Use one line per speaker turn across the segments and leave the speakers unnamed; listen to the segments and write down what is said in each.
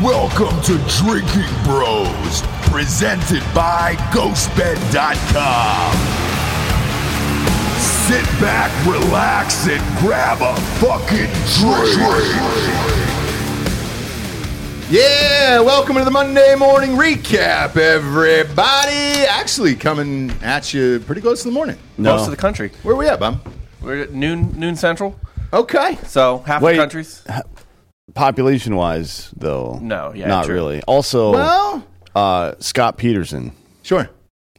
Welcome to Drinking Bros, presented by GhostBed.com. Sit back, relax, and grab a fucking drink. Yeah, welcome to the Monday morning recap, everybody. Actually, coming at you pretty close to the morning.
Most of the country.
Where we at, bum?
We're at noon noon central.
Okay.
So half
Wait.
the countries.
Population wise, though.
No, yeah,
Not
true.
really. Also,
Well,
uh, Scott Peterson.
sure. We got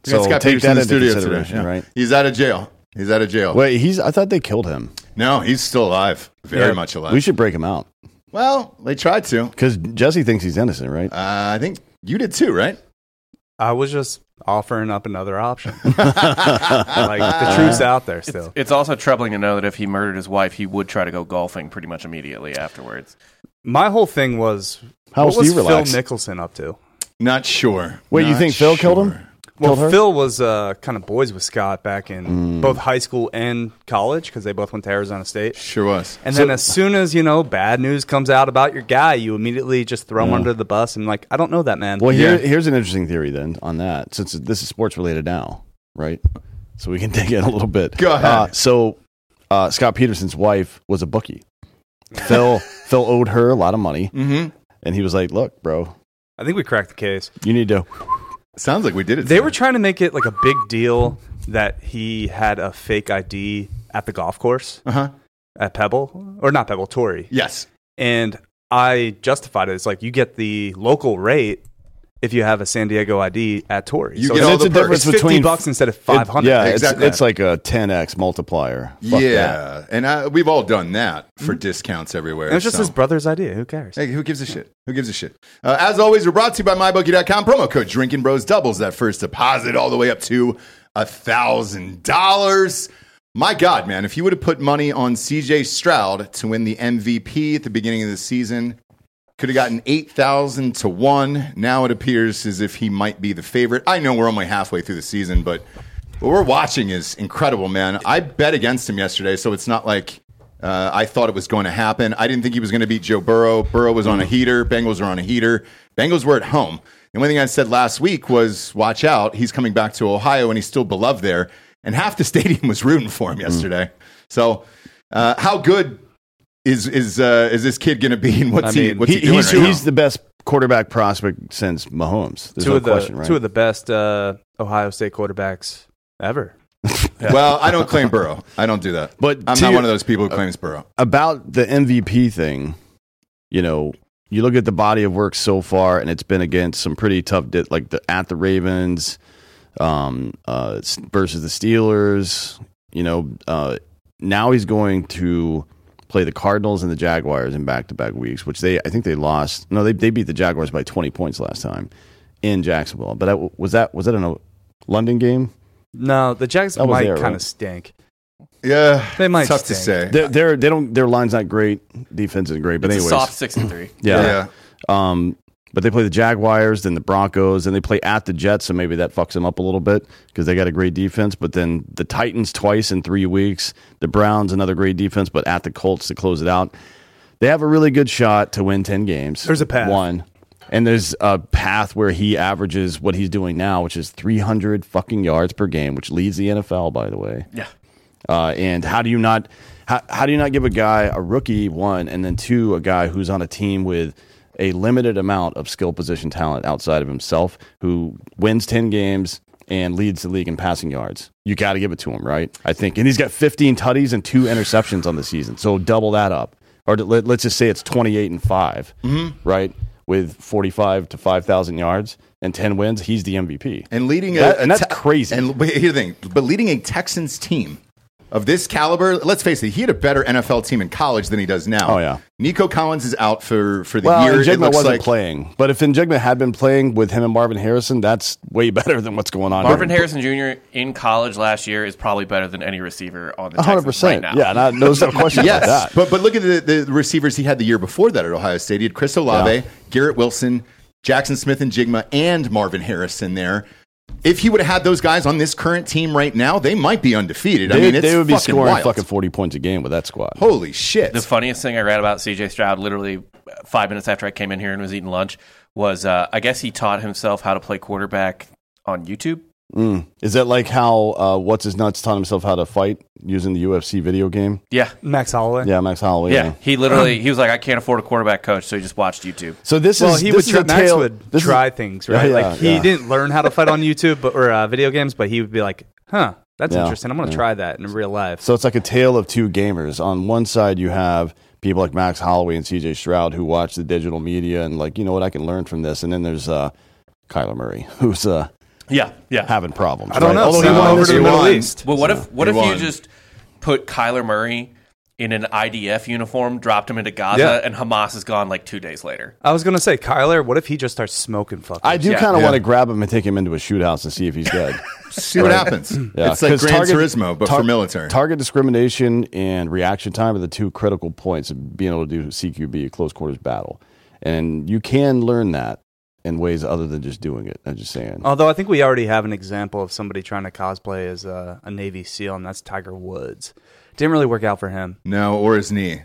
So take that into
today,
consideration,
yeah.
right?
He's out of jail. He's out of jail.
Wait, he's. I thought they killed him.
No, he's still alive. Very
Yeah.
much alive.
We should break him out
well, they tried to. Uh,
because Jesse thinks he's innocent, right?
I think you did too, right?
I was just offering up another option. like the truth's out there still.
It's also troubling to know that if he murdered his wife, he would try to go golfing pretty much immediately afterwards.
My whole thing was
How else
what
do
was
you
Phil
relax?
Nicholson up to?
Not sure.
Wait, you
Not
think Phil killed him?
sure.
Well,
Killed her? Mm.
Phil was uh, kind of boys with Scott back in both high school and college because they both went to Arizona State.
Sure was.
And then as soon as you know bad news comes out about your guy, you immediately just throw him under the bus and like I don't know that man.
Well,
Yeah.
here, here's an interesting theory then on that, since this is sports related now, right? So we can dig in a little bit.
Go ahead.
Uh, so uh, Scott Peterson's wife was a bookie. Phil Phil owed her a lot of money,
Mhm.
and he was like, "Look, bro,
I think we cracked the case.
you need to." uh,
Sounds like we did it.
They
today.
were trying to make it like a big deal that he had a fake ID at the golf course
Uh-huh.
at Pebble or not Pebble Torrey.
Yes.
and I justified it. It's like you get the local rate if you have a San Diego ID at Torrey.
You
so
get
it's,
all
it's
the
a
perks.
difference
it's fifty
between
bucks instead of
It-
five hundred.
yeah,
Exactly.
it's, it's like a 10x multiplier. Fuck
yeah.
that. Mm-hmm.
And I, we've all done that for discounts everywhere.
and it's just
so-
his brother's idea. Who cares?
Hey, who gives a shit? Who gives a shit? Uh, as always, we're brought to you by MyBookie.com. Promo code Drinking Bros doubles that first deposit all the way up to a thousand dollars. My God, man! If you would have put money on CJ Stroud to win the MVP at the beginning of the season, could have gotten eight thousand to one. Now it appears as if he might be the favorite. I know we're only halfway through the season, but what we're watching is incredible, man. I bet against him yesterday, so it's not like uh, I thought it was going to happen. I didn't think he was going to beat Joe Burrow. Burrow was on a heater. Bengals are on a heater. Bengals were at home. The only thing I said last week was, watch out. He's coming back to Ohio and he's still beloved there. And half the stadium was rooting for him yesterday. So, uh, how good is is uh, is this kid going to be? And what's
I
he
mean,
what's he,
He,
doing
he's
right
he's
now?
the best quarterback prospect since Mahomes. There's
two
no
of the
question, right?
two of the best uh, Ohio State quarterbacks ever.
Well, I don't claim Burrow. I don't do that.
But
I'm not
to your- Uh,
one of those people who claims Burrow.
about the MVP thing, you know, you look at the body of work so far, and it's been against some pretty tough, di- like the at the Ravens um, uh, s- versus the Steelers. You know, uh, now he's going to play the Cardinals and the Jaguars in back to back weeks, which they I think they lost. No, they they beat the Jaguars by twenty points last time in Jacksonville. But I, was that was that in a London game?
No, the Jags
That was
might
there,
kind
right?
of stink.
Yeah,
They might
tough to
stink.
say.
They're, they're, they don't their line's not great, defense isn't great. But
It's
anyways,
a soft six and three.
yeah.
yeah.
Um, but they play the Jaguars, then the Broncos, and they play at the Jets, so maybe that fucks them up a little bit because they got a great defense. But then the Titans twice in three weeks, the Browns another great defense, but at the Colts to close it out. They have a really good shot to win ten games.
There's a path.
One, and there's a path where he averages what he's doing now, which is 300 fucking yards per game, which leads the NFL, by the way.
Yeah.
Uh, and how do you not? How, how do you not give a guy a rookie one and then two a guy who's on a team with a limited amount of skill position talent outside of himself who wins ten games and leads the league in passing yards? You got to give it to him, right? I think, and he's got 15 tutties and two interceptions on the season, so double that up, or let, let's just say it's 28 and 5 right? With 45 to 5,000 yards and 10 wins, he's the MVP.
And leading
That-
a
and that's
Te-
crazy.
And but here's the thing, but leading a Texans team of this caliber, let's face it, he had a better NFL team in college than he does now.
Oh, yeah.
Nico Collins is out for for the
Well,
year.
Njigma
it looks
wasn't
like
playing, but if Njigma had been playing with him and Marvin Harrison, that's way better than what's going on.
Marvin
here.
Harrison Jr. in college last year is probably better than any receiver on the
A hundred
Texans right
percent.
now.
yeah, not, no, there's no question
yes,
about that.
but but look at the, the receivers he had the year before that at Ohio State. He had Chris Olave,
Yeah.
Garrett Wilson, Jackson Smith and Jigma, and Marvin Harrison there. If he would have had those guys on this current team right now, they might be undefeted.
They,
I mean, it's
they would be
fucking
scoring
wild.
fucking 40 points a game with that squad.
Holy shit!
The funniest thing I read about CJ Stroud literally five minutes after I came in here and was eating lunch was uh, I guess he taught himself how to play quarterback on YouTube.
Mm. Is that like how uh, What's His Nuts taught himself how to fight using the UFC video game?
Yeah.
Max Holloway.
Yeah, Max Holloway.
Yeah. He literally, he was like, I can't afford a quarterback coach, so he just watched YouTube.
So this
Well,
is
he
this
would
is
try,
a
Max
tale-
would
this is-
try things, right?
Yeah, yeah,
like he
yeah.
didn't learn how to fight on YouTube but, or uh, video games, but he would be like, "Huh, that's
Yeah,
interesting. I'm going to
yeah.
try that in real life."
So it's like a tale of two gamers. On one side, you have people like Max Holloway and CJ Stroud who watch the digital media and like, you know what, I can learn from this. And then there's uh, Kyler Murray who's uh,
Yeah. Yeah.
having problems.
I don't
right?
know.
Although he
Send him
won
over
this
to the
year.
Middle
won.
East.
Well, what if what
He
if
won.
you just put Kyler Murray in an IDF uniform, dropped him into Gaza,
Yeah.
and Hamas is gone like two days later?
I was going to say, Kyler, what if he just starts smoking fuckers?
I do
Yeah.
kind of
Yeah.
want to grab him and take him into a shoot house and see if he's dead.
See what happens.
Yeah,
It's like
'cause
Gran
target-
Turismo, but
tar-
for military.
Target discrimination and reaction time are the two critical points of being able to do CQB, a close quarters battle. And you can learn that in ways other than just doing it. I'm just saying.
Although I think we already have an example of somebody trying to cosplay as a, a Navy SEAL, and that's Tiger Woods. Didn't really work out for him.
No, or his knee,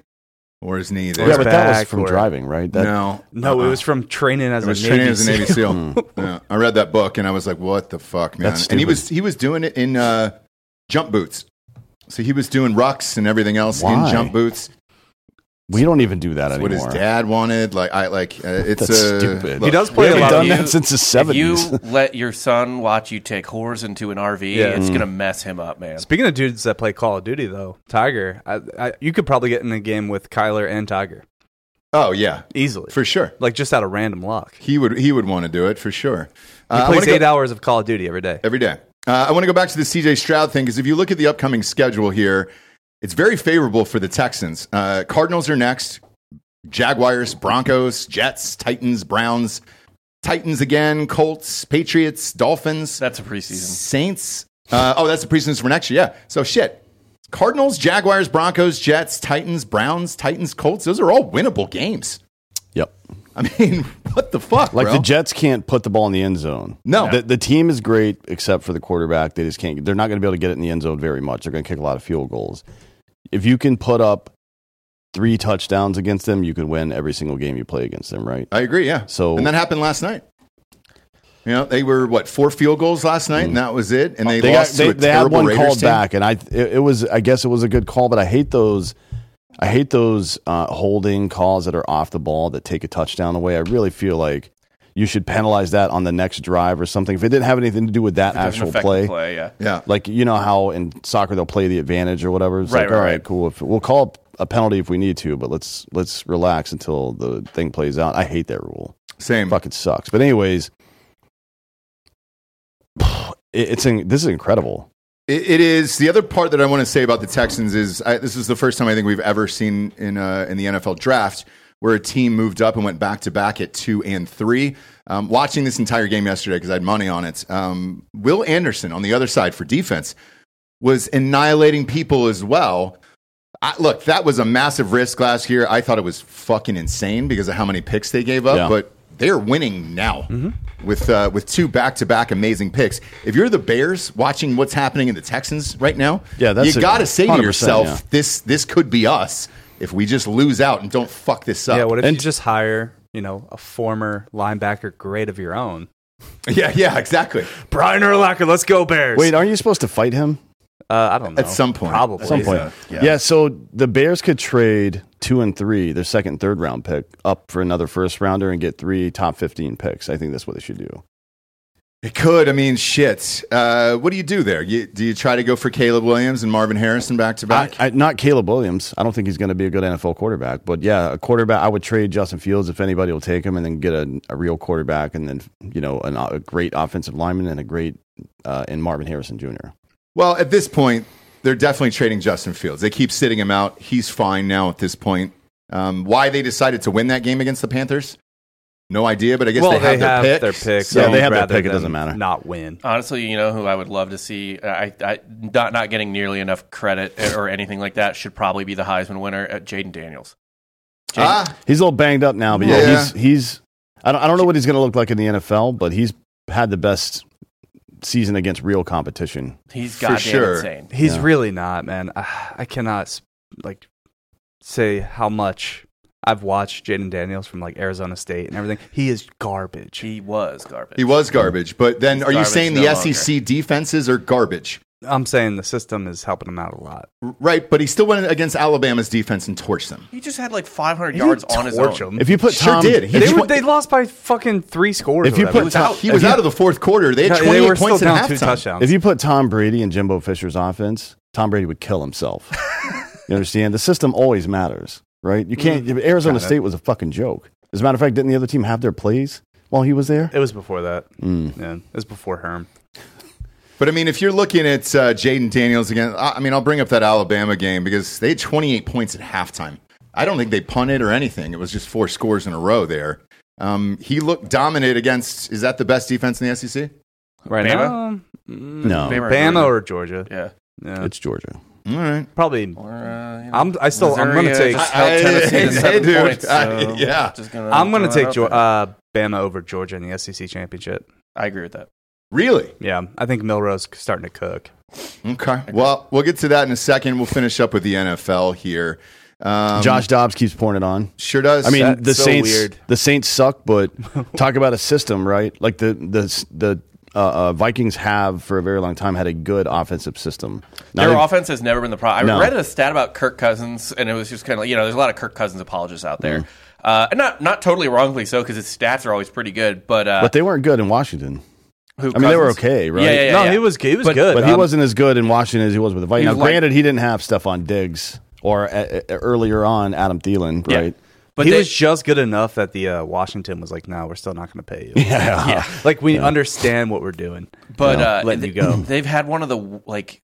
or his knee. There.
yeah, but that was
back
from
or-
driving, right? That,
no,
No,
Uh-uh.
it was from training as
It was
a Navy
training as a Navy
SEAL.
SEAL. Yeah. I read that book and I was like, "What the fuck, man!"
That's
And he
stupid.
was he was doing it in uh, jump boots, so he was doing rucks and everything else
Why?
in jump boots.
We don't even do that
That's
anymore.
what his dad wanted. Like I like uh, it's
That's
uh,
stupid.
look,
He does play
We haven't
a lot.
done
Of,
you-
that since the
If you
70s.
let your son watch you take whores into an RV,
Yeah.
it's
Mm.
gonna mess him up, man.
speaking of dudes that play Call of Duty, though, Tiger, I, I, you could probably get in a game with Kyler and Tiger
Oh yeah,
easily,
for sure.
like just out of random luck. He
He would he would want to do it for sure. Uh, I
plays
wanna go-
eight hours of Call of Duty every day.
Every day. Uh, I want to go back to the CJ Stroud thing because if you look at the upcoming schedule here, it's very favorable for the Texans. Uh, Cardinals are next, Jaguars, Broncos, Jets, Titans, Browns, Titans again, Colts, Patriots, Dolphins,
That's a preseason.
Saints. Uh, oh, that's the preseason for next year. Yeah. So shit. Cardinals, Jaguars, Broncos, Jets, Titans, Browns, Titans, Colts. Those are all winnable games.
yep.
I mean, what the fuck?
Like
bro?
the Jets can't put the ball in the end zone.
No.
the, the team is great except for the quarterback. They just can't. They're not going to be able to get it in the end zone very much. They're going to kick a lot of field goals. If you can put up three touchdowns against them, you can win every single game you play against them. Right?
I agree. Yeah.
So-
and that happened last night. You know, they were what four field goals last
Mm.
night, and that was it.
Uh,
And they, lost to a
had
terrible
one
Raiders
called
team.
back, and I it, it was I guess it was a good call, but I hate those. I hate those uh, holding calls that are off the ball that take a touchdown away. I really feel like you should penalize that on the next drive or something. If it didn't have anything to do with that
Doesn't
actual
affect the
play,
play, yeah.
Yeah,
like you know how in soccer they'll play the advantage or whatever. It's
Right,
like,
right,
all right,
right.
cool. If, we'll call a penalty if we need to, but let's let's relax until the thing plays out. I hate that rule.
Mm.
same.
Fucking sucks. But anyways, it, it's in, this is incredible.
It, it is the other part that I want to say about the Texans is I, this is the first time I think we've ever seen in uh, in the NFL draft where a team moved up and went back to back at two and three. Um, watching this entire game yesterday because I had money on it. Um, Will Anderson on the other side for defense was annihilating people as well. I, look, that was a massive risk last year. I thought it was fucking insane because of how many picks they gave up,
Yeah.
but they're winning now with uh, with two back to back amazing picks. If you're the Bears watching what's happening in the Texans right now,
Yeah, that's
you
it.
got to say to
100%,
yourself,
yeah.
this this could be us if we just lose out and don't fuck this up.
Yeah, what if
And-
you just hire, you know, a former linebacker grade of your own?
yeah, yeah, exactly.
Brian Urlacher, let's go Bears.
Wait, aren't you supposed to fight him?
Uh, I don't know.
At some point.
Probably.
At some point.
Yeah.
Yeah. so the Bears could trade two and three, their second and third round pick, up for another first rounder and get three top 15 picks. I think that's what they should do.
It could. I mean, shit. Uh, what do you do there? You, do you try to go for Caleb Williams and Marvin Harrison back to
I,
back?
I, not Caleb Williams. I don't think he's going to be a good NFL quarterback, but yeah, a quarterback. I would trade Justin Fields if anybody will take him and then get a, a real quarterback and then, you know, an, a great offensive lineman and a great, uh, in Marvin Harrison Jr.
Well, at this point, they're definitely trading Justin Fields. They keep sitting him out. He's fine now at this point. Um, why they decided to win that game against the Panthers? No idea, but I guess
well,
they have, their, pick.
pick.
So
Yeah, they have their
rather
pick, it
than
doesn't matter.
Not win.
Honestly, you know who I would love to see. Uh, I, I not not getting nearly enough credit uh, or anything like that should probably be the Heisman winner at Jaden Daniels.
Ah,
He's a little banged up now, but yeah,
Yeah.
he's he's. I don't, I don't know what he's going to look like in the NFL, but he's had the best season against real competition.
He's
For
goddamn
sure.
insane.
He's
Yeah.
really not, man. I, I cannot s- like say how much I've watched Jaden Daniels from like Arizona State and everything. He is garbage.
He was garbage.
he was garbage. But then,
He's
are you
garbage
saying
no
the
longer.
SEC defenses are garbage?
I'm saying the system is helping him out a lot.
Right, but he still went against Alabama's defense and torched them.
He just had like 500 yards
He would
on his
torch
own.
him.
If you put
Sure
Tom,
did. He
if
they,
you
were-
put-
they lost by fucking three scores.
If
or
you
whatever.
put Tom-
He was
if you-
out of the fourth quarter. They had
No, they
28
were still
points
down
at
two
halftime.
touchdowns.
if you put Tom Brady in Jimbo Fisher's offense, Tom Brady would kill himself. you understand? The system always matters, right? You can't.
Mm.
Arizona State was a fucking joke. As a matter of fact, didn't the other team have their plays while he was there?
it was before that.
Hmm.
Yeah, it was before Herm.
But I mean, if you're looking at uh, Jaden Daniels again, I I mean, I'll bring up that Alabama game because they had 28 points at halftime. I don't think they punted or anything. It was just four scores in a row there. Um, he looked dominant against. Is that the best defense in the E SEC?
Right
Bama?
now, mm,
No,
Bama.
Bama or Georgia?
Yeah.
Yeah.
it's Georgia.
All right.
Probably.
Or, uh, you know,
I'm- I still- I'm gonna
Missouri, uh,
take-
just held Tennessee
I-
to seven
hey, dude.
points,
I-
so
yeah.
just gonna
I'm going to
throw it
take
out
Geor-
there.
uh, Bama over Georgia in the SEC championship.
I agree with that.
Really?
Yeah, I think Milrose starting to cook.
Okay. Well, we'll get to that in a second. We'll finish up with the NFL here. Um,
Josh Dobbs keeps pouring it on.
sure does.
I mean,
That's
the
so
Saints.
weird.
The Saints suck, but talk about a system, right? Like the the the uh, uh, Vikings have for a very long time had a good offensive system. Now
Their
they've-
offense has never been the problem. I
No.
read a stat about Kirk Cousins, and it was just kind of like, you know, there's a lot of Kirk Cousins apologists out there, uh, and not not totally wrongly so because his stats are always pretty good. But, uh,
but they weren't good in Washington.
who
I mean, they were
Cousins?
okay, right?
Yeah, yeah, yeah,
no,
yeah.
he was he was
But-
good.
But he
Um,
wasn't as good in Washington as he was with the Vikings.
He
Now,
was like-
granted, he didn't have stuff on Diggs or uh, uh, earlier on Adam Thielen,
Yeah.
right?
But
he
they-
was just good enough that the uh, Washington was like, "No, we're still not going to pay you."
Yeah.
like we understand what we're doing.
But
know,
uh,
letting
th-
you go.
They've had one of the like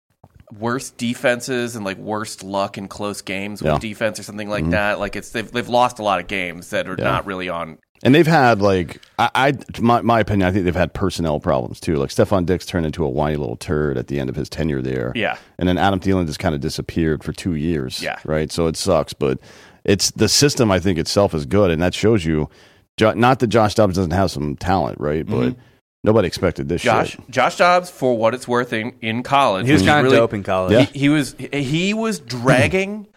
worst defenses and like worst luck in close games with
Yeah.
defense or something
Mm-hmm.
like that. Like it's they've they've lost a lot of games that are not really on.
And they've had like I, I my, my opinion, I think they've had personnel problems too. Like Stefan Dix turned into a whiny little turd at the end of his tenure there.
Yeah.
And then Adam Thielen just kind of disappeared for two years.
Yeah.
Right. So it sucks. But it's the system I think itself is good and that shows you Jo- not that Josh Dobbs doesn't have some talent, right? But
Mm-hmm.
nobody expected this
Josh
shit.
Josh Dobbs for what it's worth in in college.
He was kind of
really-
dope in college.
Mm-hmm. Yeah.
He was he was dragging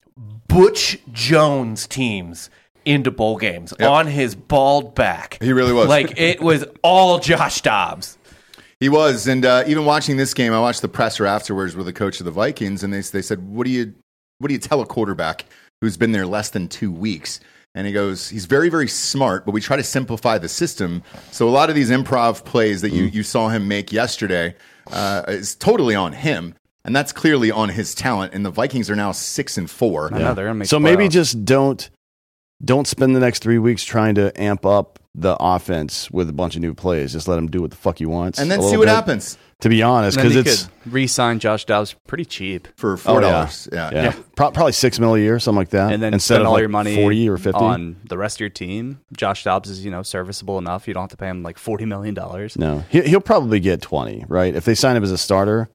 Butch Jones teams into bowl games on his bald back.
He really was.
Like it was all Josh Dobbs.
He was, and uh, even watching this game, I watched the presser afterwards with the coach of the Vikings, and they they said, "What do you what do you tell a quarterback who's been there less than two weeks?" And he goes, "He's very very smart, but we try to simplify the system. So a lot of these improv plays that
Mm.
you you saw him make yesterday uh, is totally on him." And that's clearly on his talent. And the Vikings are now six and four.
I know they're gonna make
so maybe
playoffs.
just don't don't spend the next three weeks trying to amp up the offense with a bunch of new plays. Just let him do what the fuck he wants,
And then
a
see
little
what
bit,
happens
To be honest,
And then
because
he
it's
could re-sign Josh Dobbs pretty cheap,
for
Oh,
four dollars.
yeah.
yeah.
Yeah. Pro- probably six mil a year, something like that.
and then
instead
spend
of
all
like
your money
forty or fifty.
on the rest of your team. Josh Dobbs is you know serviceable enough. You don't have to pay him like forty million dollars.
No, he, he'll probably get twenty, right? If they sign him as a starter,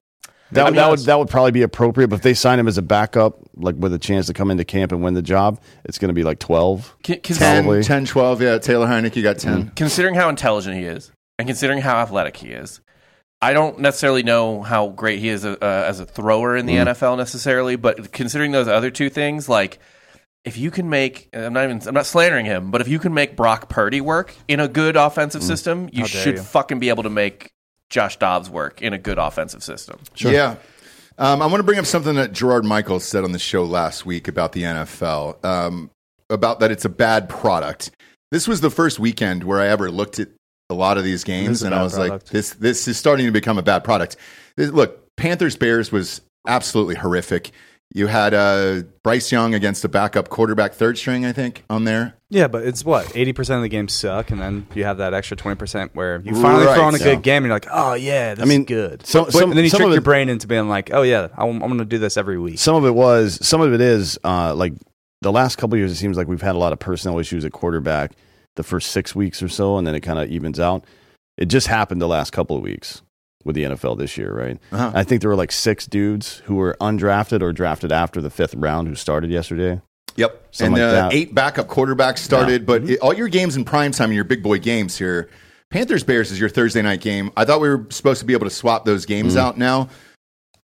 that,
I mean,
that would
that's-
that would probably be appropriate. But if they sign him as a backup, like with a chance to come into camp and win the job, it's going to be like twelve.
Con- con-
10,
Probably.
10, 12. Yeah, Taylor Heineke got 10.
considering how intelligent he is and considering how athletic he is, I don't necessarily know how great he is uh, uh, as a thrower in the
Mm-hmm.
NFL necessarily, but considering those other two things, like if you can make I'm not even I'm not slandering him, but if you can make Brock Purdy work in a good
Mm.
offensive system, you
How dare
should
you.
fucking be able to make Josh Dobbs work in a good offensive system.
Yeah. Um, I want to bring up something that Gerard Michaels said on the show last week about the NFL, um, about that it's a bad product. This was the first weekend where I ever looked at a lot of these
This
games,
is a
and I
bad
was like,
product.
this this is starting to become a bad product. This- look, Panthers Bears was absolutely horrific. You had uh, Bryce Young against a backup quarterback, third string, I think, on there.
Yeah, but it's what eighty percent of the games suck, and then you have that extra twenty percent where you finally
Right.
throw on a
Yeah.
good game, and you're like, oh yeah, this
I mean,
is good.
some-
But-
some-
and then you
some
trick
of
your
it-
brain into being like, oh yeah, I'm, I'm going to do this every week.
Some of it was, some of it is uh, like the last couple years. It seems like we've had a lot of personnel issues at quarterback the first six weeks or so, and then it kind of evens out. It just happened the last couple of weeks with the NFL this year, right?
Uh-huh.
I think there were like six dudes who were undrafted or drafted after the fifth round who started yesterday.
Yep. and
Something like
uh,
that. Mm-hmm.
eight backup quarterbacks started, but it- all your games in prime time, your big boy games here. Panthers Bears is your Thursday night game. I thought we were supposed to be able to swap those games
Mm-hmm.
out now.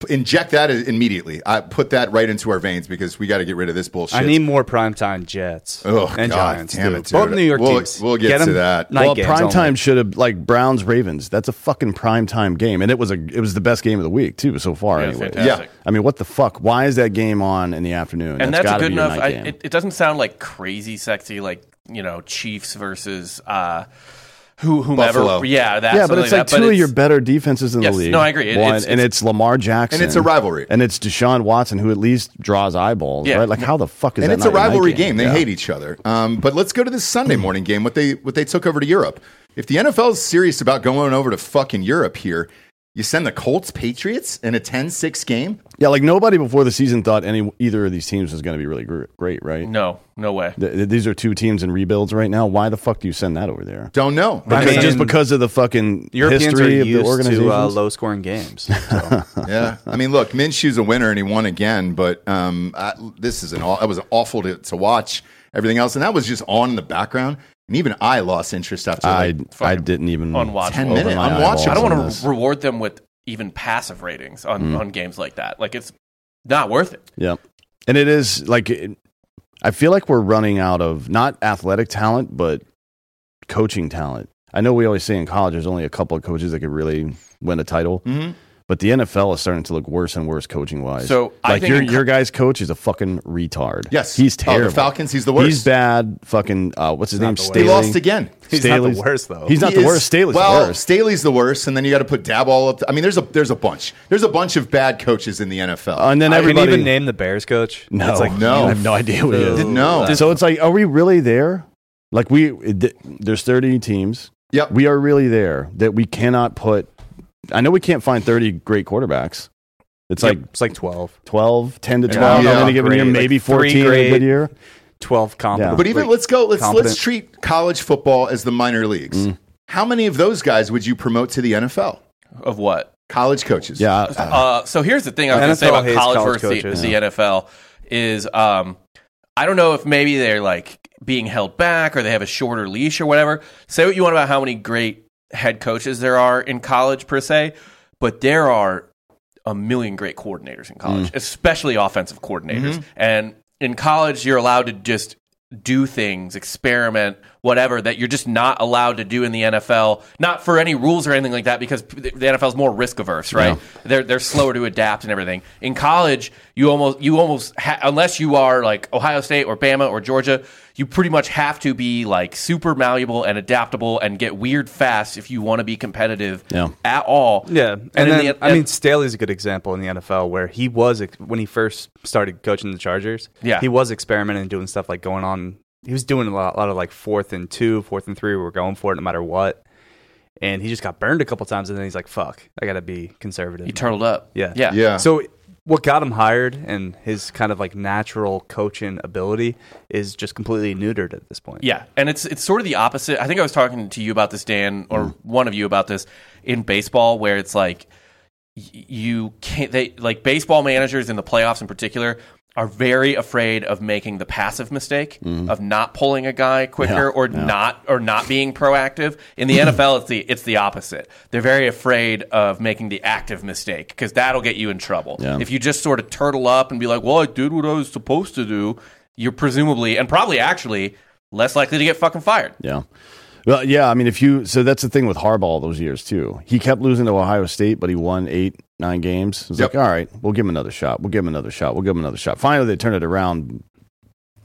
P- Inject that i- immediately. I put that right into our veins because we got to get rid of this bullshit.
I need more primetime Jets
Oh,
and
God
Giants.
damn
dude.
it, dude.
Both New York
We'll-
teams.
we'll get to
'em
that.
Night
well,
games
prime
only.
time should have like Browns Ravens. That's a fucking prime time game, and it was a it was the best game of the week too so far.
Yeah,
anyway,
fantastic.
I mean, what the fuck? Why is that game on in the afternoon?
and that's, a
gotta
good
be your
enough.
night
I,
game.
it, it doesn't sound like crazy sexy, like you know, Chiefs versus uh, who whomever.
Buffalo.
Yeah, that.
yeah, but
something
it's like,
that,
two
but
of your
it's-
better defenses in
Yes,
the league.
no, I agree. It-
One,
it's-
and
it's-
it's Lamar Jackson,
And it's a rivalry.
and it's Deshaun Watson, who at least draws eyeballs,
Yeah.
right? Like, how the fuck is
and
that
it's a
not your night
rivalry game. They
Yeah. Mm-hmm.
hate each other. Um, but let's go to this Sunday morning game. What they what they took over to Europe. If the NFL's serious about going over to fucking Europe here, you send the Colts Patriots in a 10-6 game.
Yeah, like nobody before the season thought any either of these teams was going to be really gr- great, right?
No, no way.
Th- th- these are two teams in rebuilds right now. Why the fuck do you send that over there?
Don't know.
I
Because-
mean-
just because of the fucking
Europeans
history
are
of the
used
organization.
to uh, low scoring games. So.
yeah, I mean, look, Minshew's a winner, and he won again. But um, I, this is an aw- that was awful to, to watch. Everything else, and that was just on in the background. And even I lost interest after.
I
Like,
I
fucking
didn't even
unwatchable. 10
over
minute
my
unwatchable.
eyeballs
I don't
on
want
this.
to reward them with even passive ratings on
Mm.
on games like that. Like it's not worth it.
Yep. And it is like it, I feel like we're running out of not athletic talent, but coaching talent. I know we always say in college there's only a couple of coaches that could really win a title,
Mhm.
but the NFL is starting to look worse and worse coaching wise.
So, I
like
think
your
in co-
your guy's coach is a fucking retard.
Yes.
he's
Oh, the
terrible.
Falcons, he's the worst.
He's bad. Fucking uh, what's his name?
the worst.
Staley.
he lost again.
He's not the
Staley's-
worst, though.
He's not
He
the
is-
worst. Staley's
well,
the worst.
Staley's the worst, and then you got to put Dab all up. I mean, there's a there's a bunch. There's a bunch of bad coaches in the NFL.
and then
I can
everybody
even name the Bears coach.
No,
It's like,
no.
I have no idea what it is.
No.
So it's like, are we really there? Like we, th- there's 30 teams.
Yep.
We are really there that we cannot put. I know we can't find 30 great quarterbacks. It's
Yep,
like
it's like 12
12, 10 to
Yeah.
12
Yeah.
on any given
Great.
year,
Like
maybe
three
14 in a
great-
good year.
12 competent.
Yeah.
But even
like,
let's go. Let's let's
competent-
treat college football as the minor leagues.
Mm.
How many of those guys would you promote to the NFL?
Of what?
College coaches.
Yeah.
Uh,
Ah.
so here's the thing I was going to say
NFL
about
hates
college,
college
versus the-
coaches.
the, NFL is um, I don't know if maybe they're like being held back or they have a shorter leash or whatever. Say what you want about how many great head coaches there are in college per se, but there are a million great coordinators in college, especially offensive coordinators. And in college, you're allowed to just do things, experiment, whatever that you're just not allowed to do in the NFL. Not for any rules or anything like that, because the NFL is more risk averse, right? They're they're slower to adapt and everything. In college, you almost you almost ha- unless you are like Ohio State or Bama or Georgia, you pretty much have to be like super malleable and adaptable and get weird fast if you want to be competitive
Yeah.
at all.
Yeah, and,
in
then
the-
I mean Staley's a good example in the NFL where he was ex- when he first started coaching the Chargers.
Yeah.
he was experimenting and doing stuff like going on. He was doing a lot, a lot of like fourth and two, fourth and three. We are going for it no matter what, and he just got burned a couple times. And then he's like, "Fuck, I got to be conservative."
He turtled up.
Yeah.
Yeah.
Yeah.
So what got him hired and his kind of like natural coaching ability is just completely neutered at this point.
Yeah. And it's it's sort of the opposite. I think I was talking to you about this, Dan, or one of you about this in baseball, where it's like y- you can't they like baseball managers in the playoffs in particular are very afraid of making the passive mistake
Mm-hmm.
of not pulling a guy quicker or not or not being proactive. In the NFL it's the it's the opposite. They're very afraid of making the active mistake cuz that'll get you in trouble. If you just sort of turtle up and be like, "Well, I did what I was supposed to do," you're presumably and probably actually less likely to get fucking fired.
Yeah. Well, yeah. I mean, if you so that's the thing with Harbaugh those years too. He kept losing to Ohio State, but he won eight nine games. It's
Yep.
like, all right, we'll give him another shot. We'll give him another shot. We'll give him another shot. Finally, they turn it around.